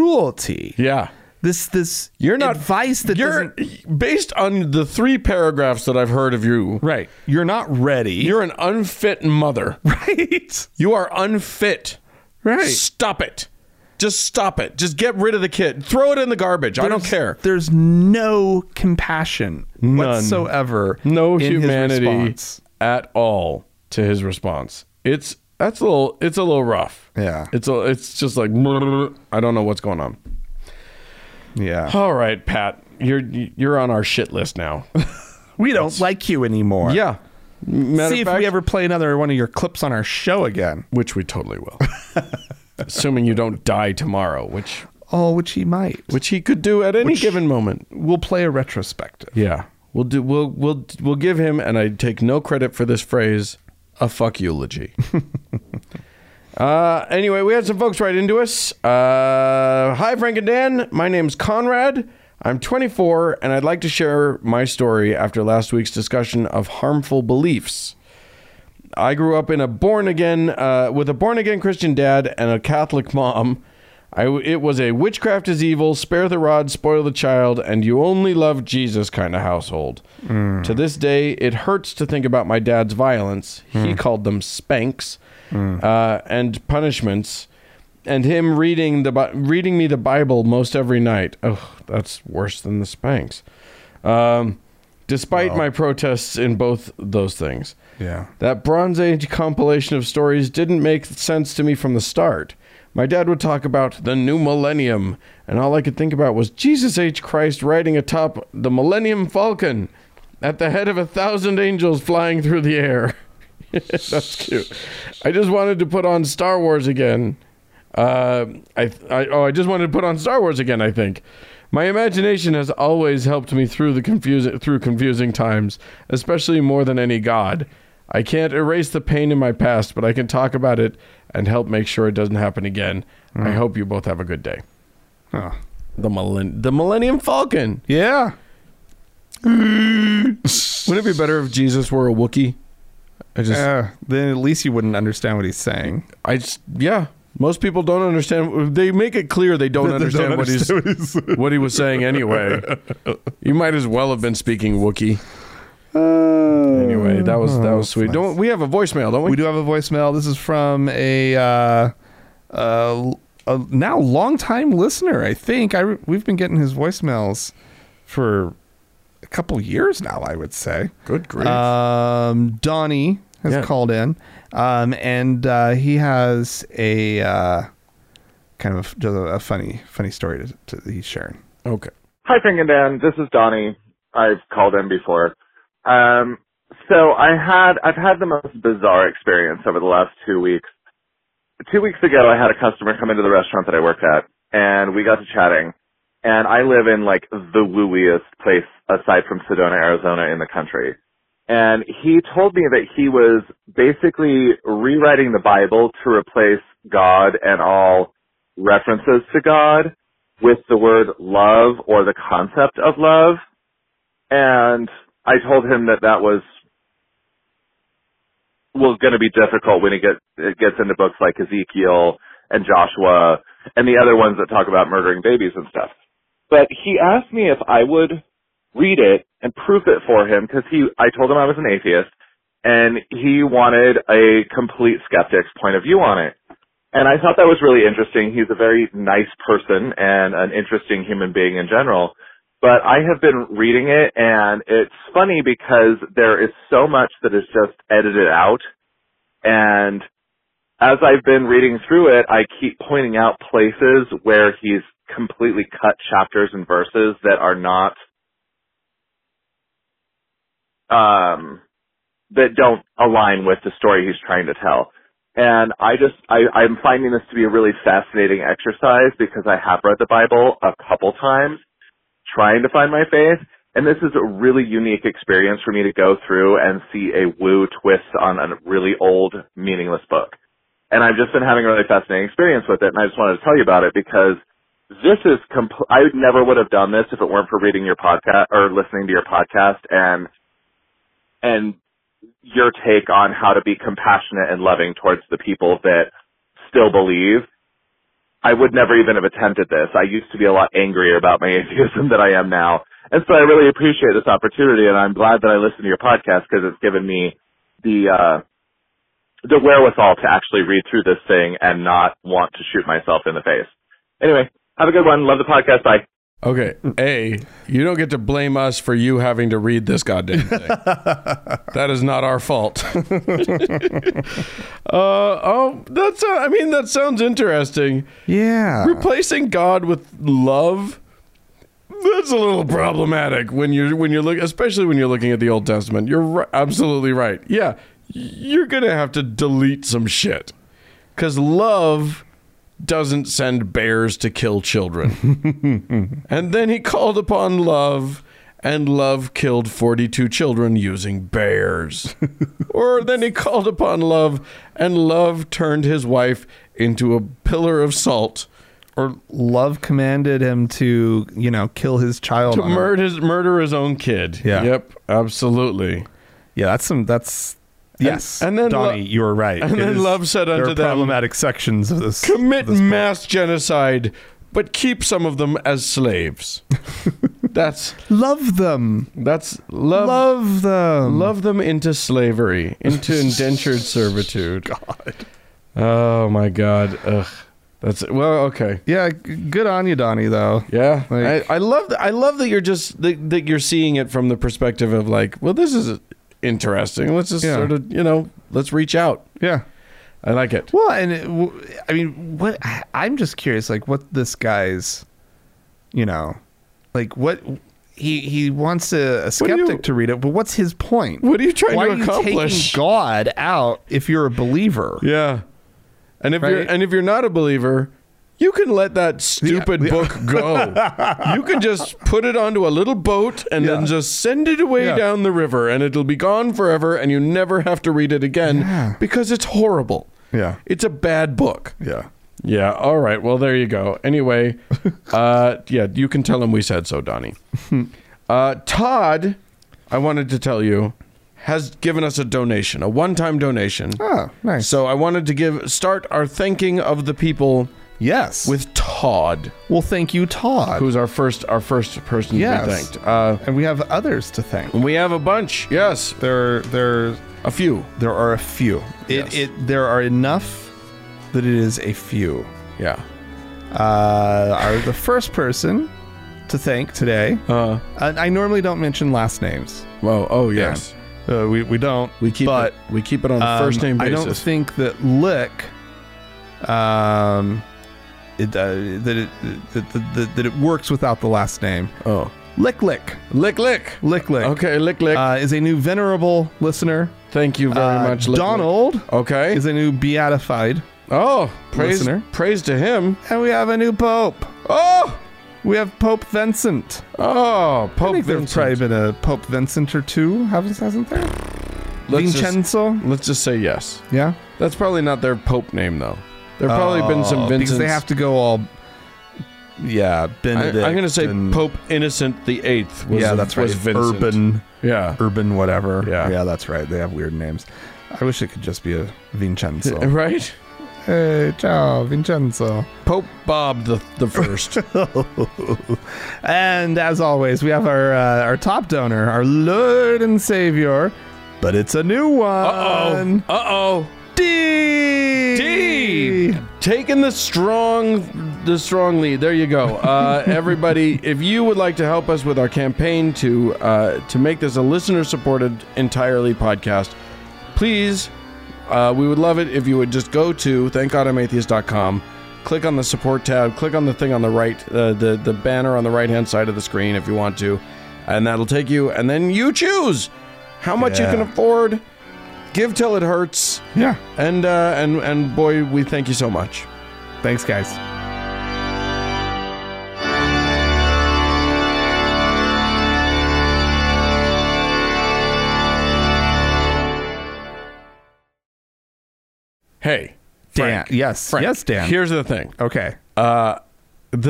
cruelty yeah. this this You're not advice that you're doesn't based on the three paragraphs that I've heard of you. right you're not ready You're an unfit mother. right You are unfit. Right. Stop it. Just stop it. Just get rid of the kid. Throw it in the garbage. I don't care. there's no compassion None. whatsoever No in his humanity response. at all to his response. It's that's a little it's a little rough. Yeah. It's a, it's just like I don't know what's going on. yeah All right, Pat. You're you're on our shit list now. we don't like you anymore yeah. Matter see of if fact- we ever play another one of your clips on our show again which we totally will. Assuming you don't die tomorrow, which oh which he might which he could do at any given moment. we'll play a retrospective. Yeah. We'll do we'll we'll we'll give him and I take no credit for this phrase a fuck eulogy. uh anyway, we had some folks write into us. Uh hi Frank and Dan. My name's Conrad. I'm 24 and I'd like to share my story after last week's discussion of harmful beliefs. I grew up in a born again uh, with a born again Christian dad and a Catholic mom. I, it was a witchcraft is evil, spare the rod, spoil the child, and you only love Jesus kind of household. To this day, it hurts to think about my dad's violence. He called them spanks uh, and punishments, and him reading the Bi- reading me the Bible most every night. Oh, that's worse than the spanks. Um, despite my protests in both those things. Yeah. That Bronze Age compilation of stories didn't make sense to me from the start. My dad would talk about the new millennium, and all I could think about was Jesus H. Christ riding atop the Millennium Falcon at the head of a thousand angels flying through the air. That's cute. I just wanted to put on Star Wars again. Uh, I, I oh, I just wanted to put on Star Wars again. I think my imagination has always helped me through the confusing through confusing times, especially more than any god. I can't erase the pain in my past, but I can talk about it and help make sure it doesn't happen again. I hope you both have a good day. Oh. The millen- the Millennium Falcon. Yeah. Wouldn't it be better if Jesus were a Wookiee? I just Uh, then at least you wouldn't understand what he's saying. I just, yeah. Most people don't understand. They make it clear they don't, They don't understand, understand what, he's, what, he was saying anyway. you might as well have been speaking Wookiee. Anyway, that was that was sweet. Don't we have a voicemail? Uh, Don't we? oh, We do have a voicemail. This is from a uh, uh, a now longtime listener. I think I re- we've been getting his voicemails for a couple years now. I would say. Good grief. Um, Donnie has Yeah. called in, um, and uh, he has a uh, kind of just a, a funny funny story to, to he's sharing. okay. Hi, Frank and Dan. This is Donnie. I've called in before. Um, so I had I've had the most bizarre experience over the last two weeks. Two weeks ago, I had a customer come into the restaurant that I work at, and we got to chatting. And I live in like the wooiest place aside from Sedona, Arizona, in the country. And he told me that he was basically rewriting the Bible to replace God and all references to God with the word love or the concept of love. And I told him that that was was going to be difficult when he gets it gets into books like Ezekiel and Joshua and the other ones that talk about murdering babies and stuff. But he asked me if I would read it and proof it for him because he I told him I was an atheist and he wanted a complete skeptic's point of view on it. And I thought that was really interesting. He's a very nice person and an interesting human being in general. But I have been reading it and it's funny because there is so much that is just edited out. And as I've been reading through it, I keep pointing out places where he's completely cut chapters and verses that are not, um, that don't align with the story he's trying to tell. And I just, I, I'm finding this to be a really fascinating exercise because I have read the Bible a couple times trying to find my faith. And this is a really unique experience for me to go through and see a woo twist on a really old, meaningless book. And I've just been having a really fascinating experience with it. And I just wanted to tell you about it because this is compl- I would never would have done this if it weren't for reading your podcast or listening to your podcast and, and your take on how to be compassionate and loving towards the people that still believe. I would never even have attempted this. I used to be a lot angrier about my atheism than I am now. And so I really appreciate this opportunity and I'm glad that I listened to your podcast because it's given me the, uh, the wherewithal to actually read through this thing and not want to shoot myself in the face. Anyway, have a good one. Love the podcast. Bye. Okay, A, you don't get to blame us for you having to read this goddamn thing. that is not our fault. uh, oh, that's, uh, I mean, that sounds interesting. Yeah. Replacing God with love, that's a little problematic when you're, when you're looking, especially when you're looking at the Old Testament. You're ri- absolutely right. Yeah, you're going to have to delete some shit because love doesn't send bears to kill children. And then he called upon love, and love killed 42 children using bears. or then he called upon love, and love turned his wife into a pillar of salt. Or Love commanded him to, you know, kill his child. to on a- murder his, murder his own kid. Yeah. Yep, absolutely. Yeah, that's some. That's yes. and then Donnie, lo- you were right. and It then love said there unto are them, problematic sections of this. Commit this book. mass genocide, but keep some of them as slaves. that's Love them. that's love. Love them. Love them into slavery, into indentured servitude. God. Oh my God. Ugh. That's well. Okay. Yeah, g- good on you, Donnie. Though. Yeah. Like- I, I love. That, I love that you're just that, that you're seeing it from the perspective of like, well, this is interesting. Let's just Yeah. sort of you know, let's reach out. Yeah. I like it. Well, and it, w- I mean, what I- I'm just curious, like, what this guy's, you know, like what he he wants a, a do you- skeptic to read it, but what's his point? What are you trying Why to are you accomplish? taking God out if you're a believer? Yeah. And if you're Right? and if you're not a believer, you can let that stupid book go. you can just put it onto a little boat and then Yeah. just send it away Yeah. down the river and it'll be gone forever and you never have to read it again Yeah. because it's horrible. Yeah. It's a bad book. Yeah. Yeah, all right. Well, there you go. Anyway, uh, yeah, you can tell him we said so, Donnie. Uh, Todd, I wanted to tell you, has given us a donation, a one-time donation. Oh, nice. So I wanted to give start our thanking of the people Yes. with Todd, well, thank you, Todd. who's our first our first person to be Yes. thanked. Uh, and we have others to thank. we have a bunch. Yes, There, there, a few. there are a few. It, Yes. it, there are enough that it is a few. Yeah. Uh, are the first person to thank today. Uh. and I normally don't mention last names. Well. Oh yes. Uh, we, we don't. We keep but, it. We keep it on a um, first name I basis. don't think that Lick, um, it, uh, that it that, that, that, that it works without the last name. oh. Lick Lick Lick lick. Lick Lick. Okay. Lick lick. Uh, is a new venerable listener. Thank you very Uh, much, Lick, Donald Lick. Okay. is a new beatified, oh, praise listener? praise to him. and we have a new pope. Oh. We have Pope Vincent. Oh, I Pope think there's probably Vincent. been a Pope Vincent or two, haven't- hasn't there? Let's just, Vincenzo. let's just say yes. yeah. That's probably not their pope name though. There have probably been some Oh, because Vincents. they have to go all yeah, I, Benedict. am going to say and- Pope Innocent the Eighth. Was yeah, that's right. was Vincent. Urban, Yeah. urban, whatever. Yeah. yeah, that's right. They have weird names. I wish it could just be a Vincenzo. Right. hey, Uh, ciao, Oh, Vincenzo. Pope Bob the the First. and as always, we have our uh, our top donor, our Lord and Savior, but it's a new Uh one. oh. Uh oh. D. D taking the strong the strong lead. There you go. Uh, everybody, if you would like to help us with our campaign to uh, to make this a listener supported entirely podcast, please uh, we would love it if you would just go to thankgodimatheist.com, click on the support tab, click on the thing on the right, uh, the the banner on the right hand side of the screen if you want to, and that'll take you. And then you choose how much Yeah. you can afford. Give till it hurts. Yeah. And uh, and and boy, we thank you so much. Thanks, guys. Hey, Dan. Yes. Yes, Dan. Here's the thing: Uh, okay. the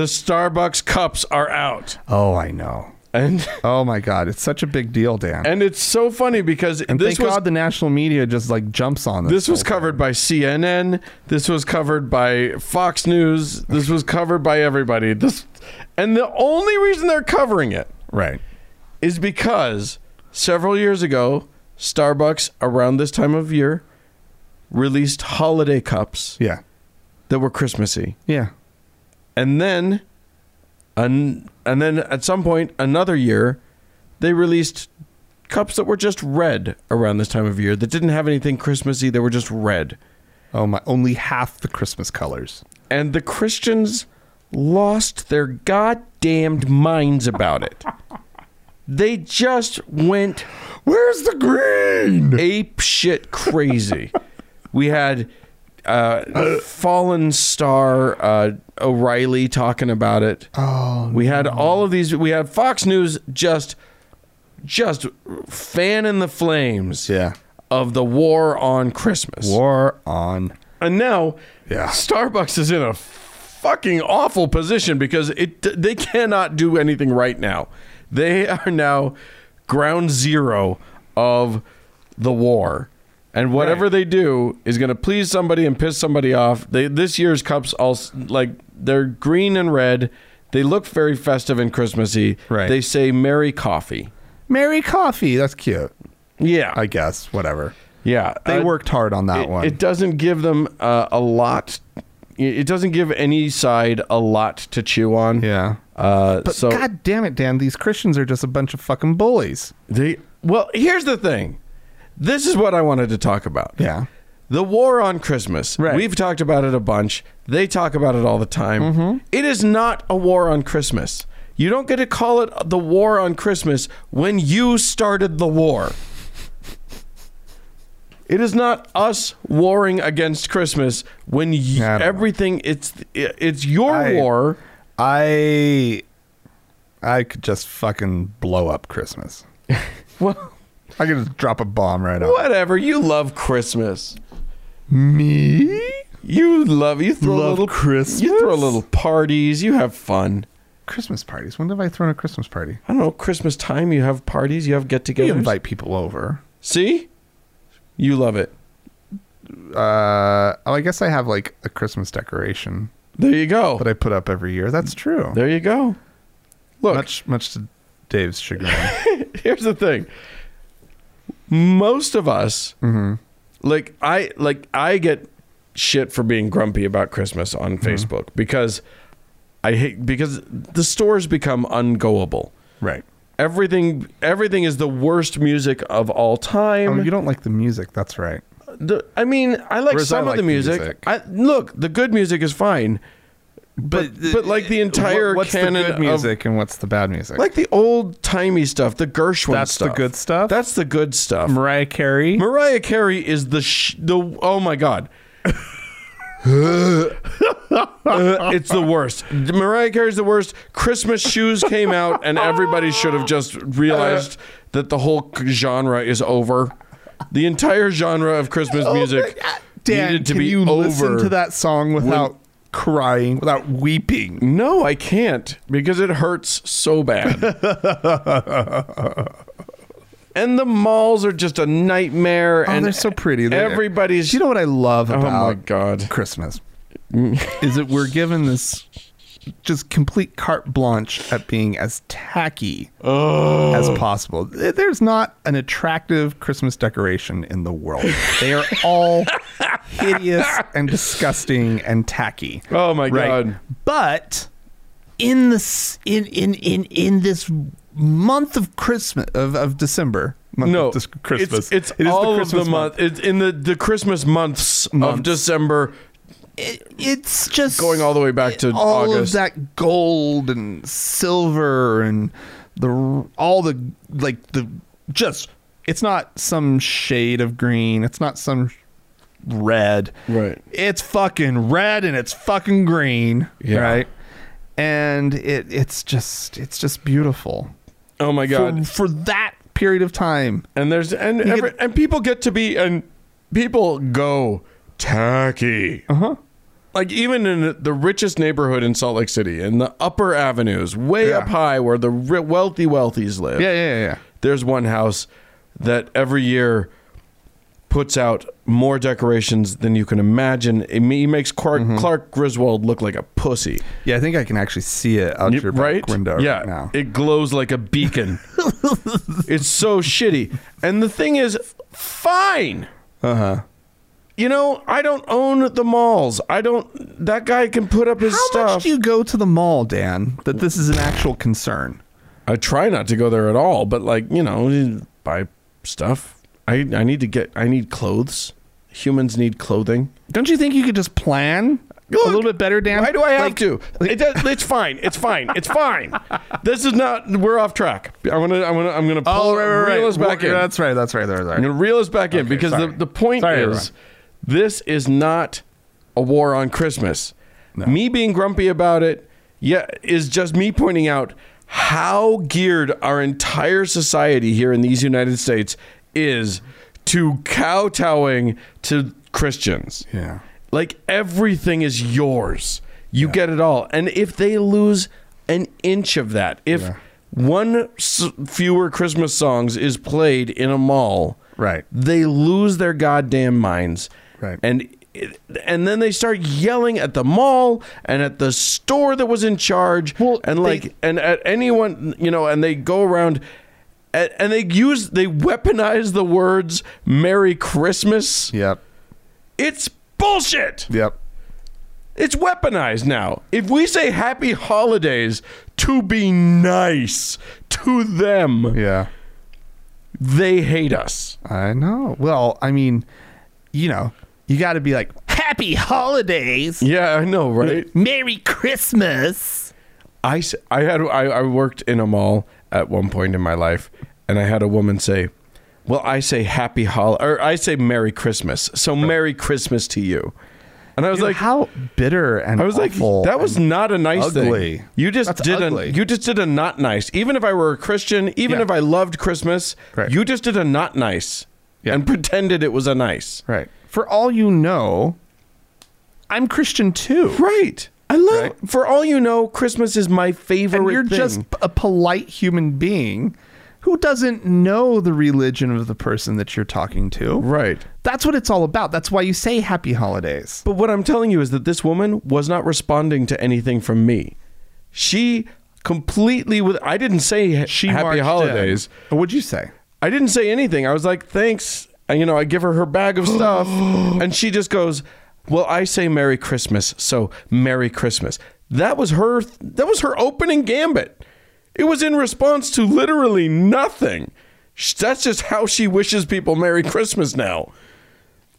Starbucks cups are out, Oh, I know. and Oh my God, it's such a big deal, Dan. and it's so funny because And this thank was God the national media just like jumps on this. this was covered by CNN, this was covered by Fox News, this was covered by everybody. This, and the only reason they're covering it right. is because several years ago, Starbucks around this time of year released holiday cups Yeah. that were Christmassy. Yeah. and then and, and then at some point another year they released cups that were just red around this time of year that didn't have anything christmassy they were just red Oh my! Only half the Christmas colors. and the christians lost their goddamned minds about it they just went Where's the green? ape shit crazy. we had uh, fallen star uh, O'Reilly talking about it. Oh, we had all of these. We had Fox News just just fanning the flames. Yeah. Of the war on Christmas. War on. And now, Yeah. Starbucks is in a fucking awful position because it they cannot do anything right now. They are now ground zero of the war. And whatever they do is going to please somebody and piss somebody off. They, this year's cups all s- like they're green and red. They look very festive and Christmassy. Right. They say "Merry Coffee." Mary Coffee. That's cute. Yeah. I guess. Whatever. yeah. They Uh, worked hard on that it, one. it doesn't give them uh, a lot. It it doesn't give any side a lot to chew on. yeah. Uh, But so God damn it, Dan! These Christians are just a bunch of fucking bullies. they well, here's the thing. This is what I wanted to talk about. Yeah. The war on Christmas. Right. We've talked about it a bunch. They talk about it all the time. Mm-hmm. It is not a war on Christmas. You don't get to call it the war on Christmas when you started the war. It is not us warring against Christmas when you, I don't know. everything it's it's your I- war. I. I could just fucking blow up Christmas. Well, I could just drop a bomb right now. whatever. You love Christmas. Me? You love you throw Love little Christmas? You throw little parties. You have fun. Christmas parties. When have I thrown a Christmas party? I don't know, Christmas time, you have parties, you have get You togethers. invite people over. See? You love it. Uh, oh, I guess I have like a Christmas decoration There you go. that I put up every year. That's true. There you go. Look, Much, much to Dave's chagrin. here's the thing. Most of us Mm-hmm. like I like I get shit for being grumpy about Christmas on Mm-hmm. Facebook because I hate because the stores become ungoable. right. Everything everything is the worst music of all time. Oh, you don't like the music. That's right. The, I mean, I like Whereas some I of like the the music. music. I look, the good music is fine, but but, like the What- entire uh, what's canon the good of music and what's the bad music? like the old timey stuff, the Gershwin That's the stuff. good stuff? That's the good stuff. Mariah Carey. Mariah Carey is the sh- the oh my god. Uh, it's the worst. Mariah Carey's the worst. Christmas shoes came out, and everybody should have just realized that the whole c- genre is over. The entire genre of Christmas music Oh uh, Dan, needed to can be you over. listen to that song when without crying, without weeping. No, I can't because it hurts so bad. and the malls are just a nightmare. Oh, and they're so pretty. They're- everybody's. Do you know what I love Oh about my god. Christmas is that we're given this just complete carte blanche at being as tacky Oh. as possible. Th- There's not an attractive Christmas decoration in the world. They are all hideous and disgusting and tacky. Oh my god. But in this in in in in this month of Christmas of, of December, month No, of dis- Christmas. It's, it's It is all of Christmas the month. It's in the the Christmas months, of Months. December. It, it's just Going all the way back to all August. of that gold and silver and the all the like the just it's not some shade of green it's not some red Right. it's fucking red and it's fucking green Yeah. right and it it's just it's just beautiful Oh my god. for, for that period of time and there's and every, and people get to be and people go tacky. Uh Uh-huh. huh. Like even in the richest neighborhood in Salt Lake City, in the upper avenues, way Yeah. up high, where the ri- wealthy wealthies live. yeah yeah yeah, yeah. There's one house that every year puts out more decorations than you can imagine. It ma- He makes Clark, Mm-hmm. Clark Griswold look like a pussy. yeah i think i can actually see it out your back right? window yeah. right now It glows like a beacon. it's so shitty. And the thing is, fine. Uh huh. You know, I don't own the malls. I don't. That guy can put up his How stuff. much do you go to the mall, Dan? That this is an actual concern. I try not to go there at all, but like you know, buy stuff. I I need to get. I need clothes. Humans need clothing. Don't you think you could just plan a little bit better, Dan? Why do I have Like, to? It does, it's fine. It's fine. It's fine. this is not. We're off track. I'm gonna. I'm gonna. I'm gonna. Pull, Oh, right, right, right. Reel us back Well, in. That's right. That's right. That's right. I'm going to reel us back in because sorry. the, the point Sorry, is this is not a war on Christmas. Me being grumpy about it yeah, is just me pointing out how geared our entire society here in these United States is to kowtowing to Christians. Yeah. Like everything is yours. You get it all. And if they lose an inch of that, if one s- fewer Christmas songs is played in a mall, Right. They lose their goddamn minds. Right. And and then they start yelling at the mall and at the store that was in charge Well, and they- like and at anyone, you know, and they go around and, and they use they weaponize the words Merry Christmas. Yep. It's bullshit. Yep. It's weaponized now. If we say happy holidays to be nice to them, Yeah. they hate us. I know. Well, I mean, you know, you got to be like, Happy holidays. Yeah, I know, right? Merry Christmas. I, s- I had I, I worked in a mall at one point in my life, and I had a woman say, "Well, I say happy hol or I say Merry Christmas, so Merry Christmas to you." And I was Like like, how bitter and I was like, awful that was and- not a nice ugly. thing. You just That's did ugly. a you just did a not nice. Even if I were a Christian, even Yeah. if I loved Christmas, Right. you just did a not nice Yeah. and pretended it was a nice. right. For all you know, I'm Christian too. Right. I love. Right. For all you know, Christmas is my favorite. and you're thing. just a polite human being who doesn't know the religion of the person that you're talking to. right. That's what it's all about. That's why you say happy holidays. But what I'm telling you is that this woman was not responding to anything from me. She completely with. I didn't say she marched happy in. holidays. What'd you say? I didn't say anything. I was like, thanks. And, you know, I give her her bag of stuff. and she just goes, well, I say Merry Christmas. So Merry Christmas. That was her, that was her opening gambit. It was in response to literally nothing. Sh- That's just how she wishes people Merry Christmas now.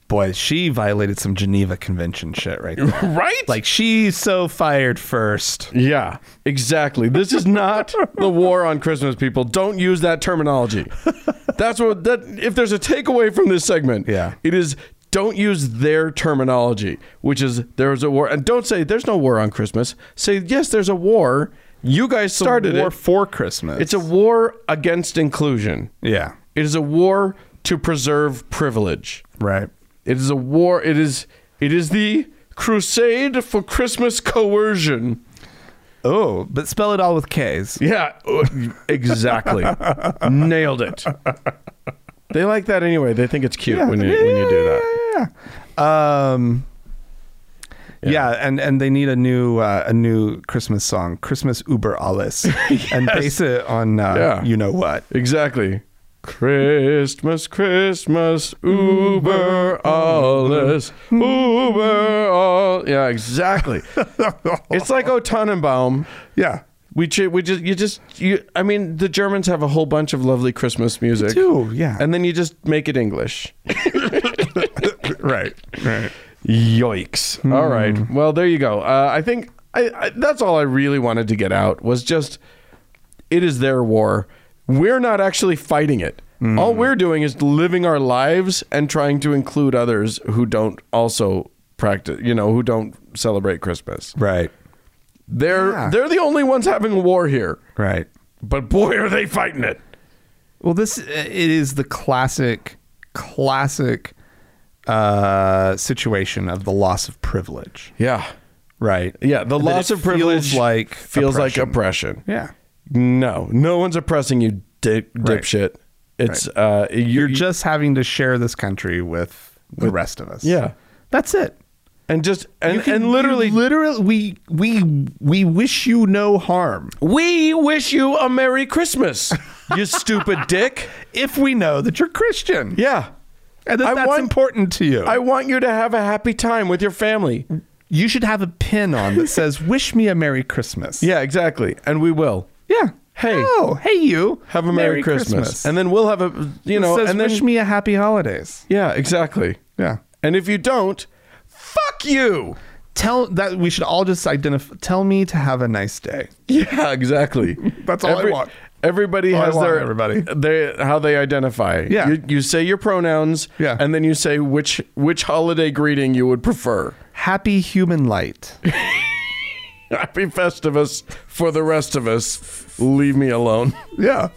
Boy, she violated some Geneva Convention shit right there. Right? like she's so fired first. yeah, exactly. This is not the war on Christmas, people. Don't use that terminology. That's what that if there's a takeaway from this segment, Yeah. it is don't use their terminology, which is there's a war and don't say there's no war on Christmas. Say yes, there's a war. You guys started war it. for Christmas. It's a war against inclusion. yeah, It is a war to preserve privilege. right. It is a war. It is it is the Crusade for Christmas Coercion. Oh, but spell it all with K's. Yeah, uh, exactly. Nailed it. They like that anyway. They think it's cute when you when you do that. Yeah. Um, yeah. and and they need a new uh, a new Christmas song, Christmas über alles, and base it on uh, Yeah. you know what. Exactly. Christmas, Christmas, Uber alles, Uber all. Yeah, exactly. it's like O Tannenbaum. Yeah, We ju- we just you just you. I mean, the Germans have a whole bunch of lovely Christmas music. do, yeah. and then you just make it English. right, right. Yikes! All Hmm. right. Well, there you go. Uh, I think I, I, that's all I really wanted to get out was just it is their war. We're not actually fighting it. Hmm. All we're doing is living our lives and trying to include others who don't also practice. You know, who don't celebrate Christmas. Right, They're Yeah. they're the only ones having a war here. right. But boy, are they fighting it! Well, this uh, it is the classic, classic uh, situation of the loss of privilege. Yeah, Right. yeah. The That loss it of privilege feels like feels like oppression. oppression. Yeah. No, no one's oppressing you, di- dipshit. It's uh, You're you're, just just having to share this country with the rest of us. yeah. That's it. and just and, You can- and literally you literally, we we we wish you no harm we wish you a Merry Christmas, you stupid dick. if we know that you're Christian. Yeah, and that I that's want- important to you. I want you to have a happy time with your family. you should have a pin on that says "Wish me a Merry Christmas." Yeah, exactly, and we will. yeah. Hey. oh, hey, you Have a Merry, Christmas. and then we'll have a you know, it says, and then "Wish me a happy holidays." yeah, exactly, Yeah. And if you don't, fuck you. Tell that we should all just identify. Tell me to have a nice day. Yeah, exactly. That's all I want. Everybody All I has want, their everybody. They how they identify. Yeah. You, you say your pronouns. Yeah. And then you say which which holiday greeting you would prefer. Happy human light. Happy Festivus for the rest of us. Leave me alone. yeah.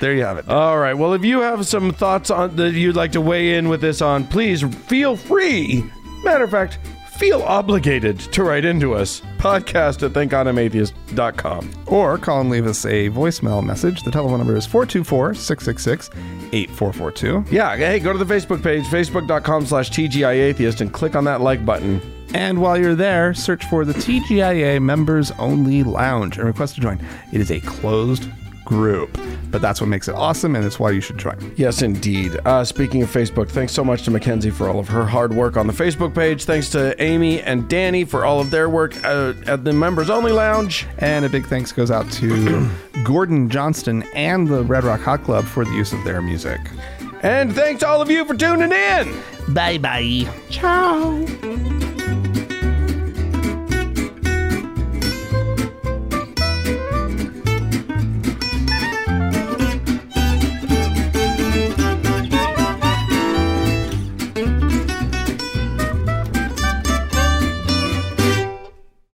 There you have it. All right. Well, if you have some thoughts on that you'd like to weigh in with this on, please feel free. Matter of fact, feel obligated to write into us. Podcast at thankgodimatheist.com. or call and leave us a voicemail message. The telephone number is 424 666 8442. Yeah, hey, go to the Facebook page, facebook.com slash TGIAtheist, and click on that like button. And while you're there, search for the TGIA Members Only Lounge and request to join. It is a closed group, but that's what makes it awesome, and it's why you should join. Yes, indeed. Uh, speaking of Facebook, thanks so much to Mackenzie for all of her hard work on the Facebook page. Thanks to Amy and Danny for all of their work uh, at the Members Only Lounge. And a big thanks goes out to Gordon Johnston and the Red Rock Hot Club for the use of their music. And thanks to all of you for tuning in. Bye bye. Ciao.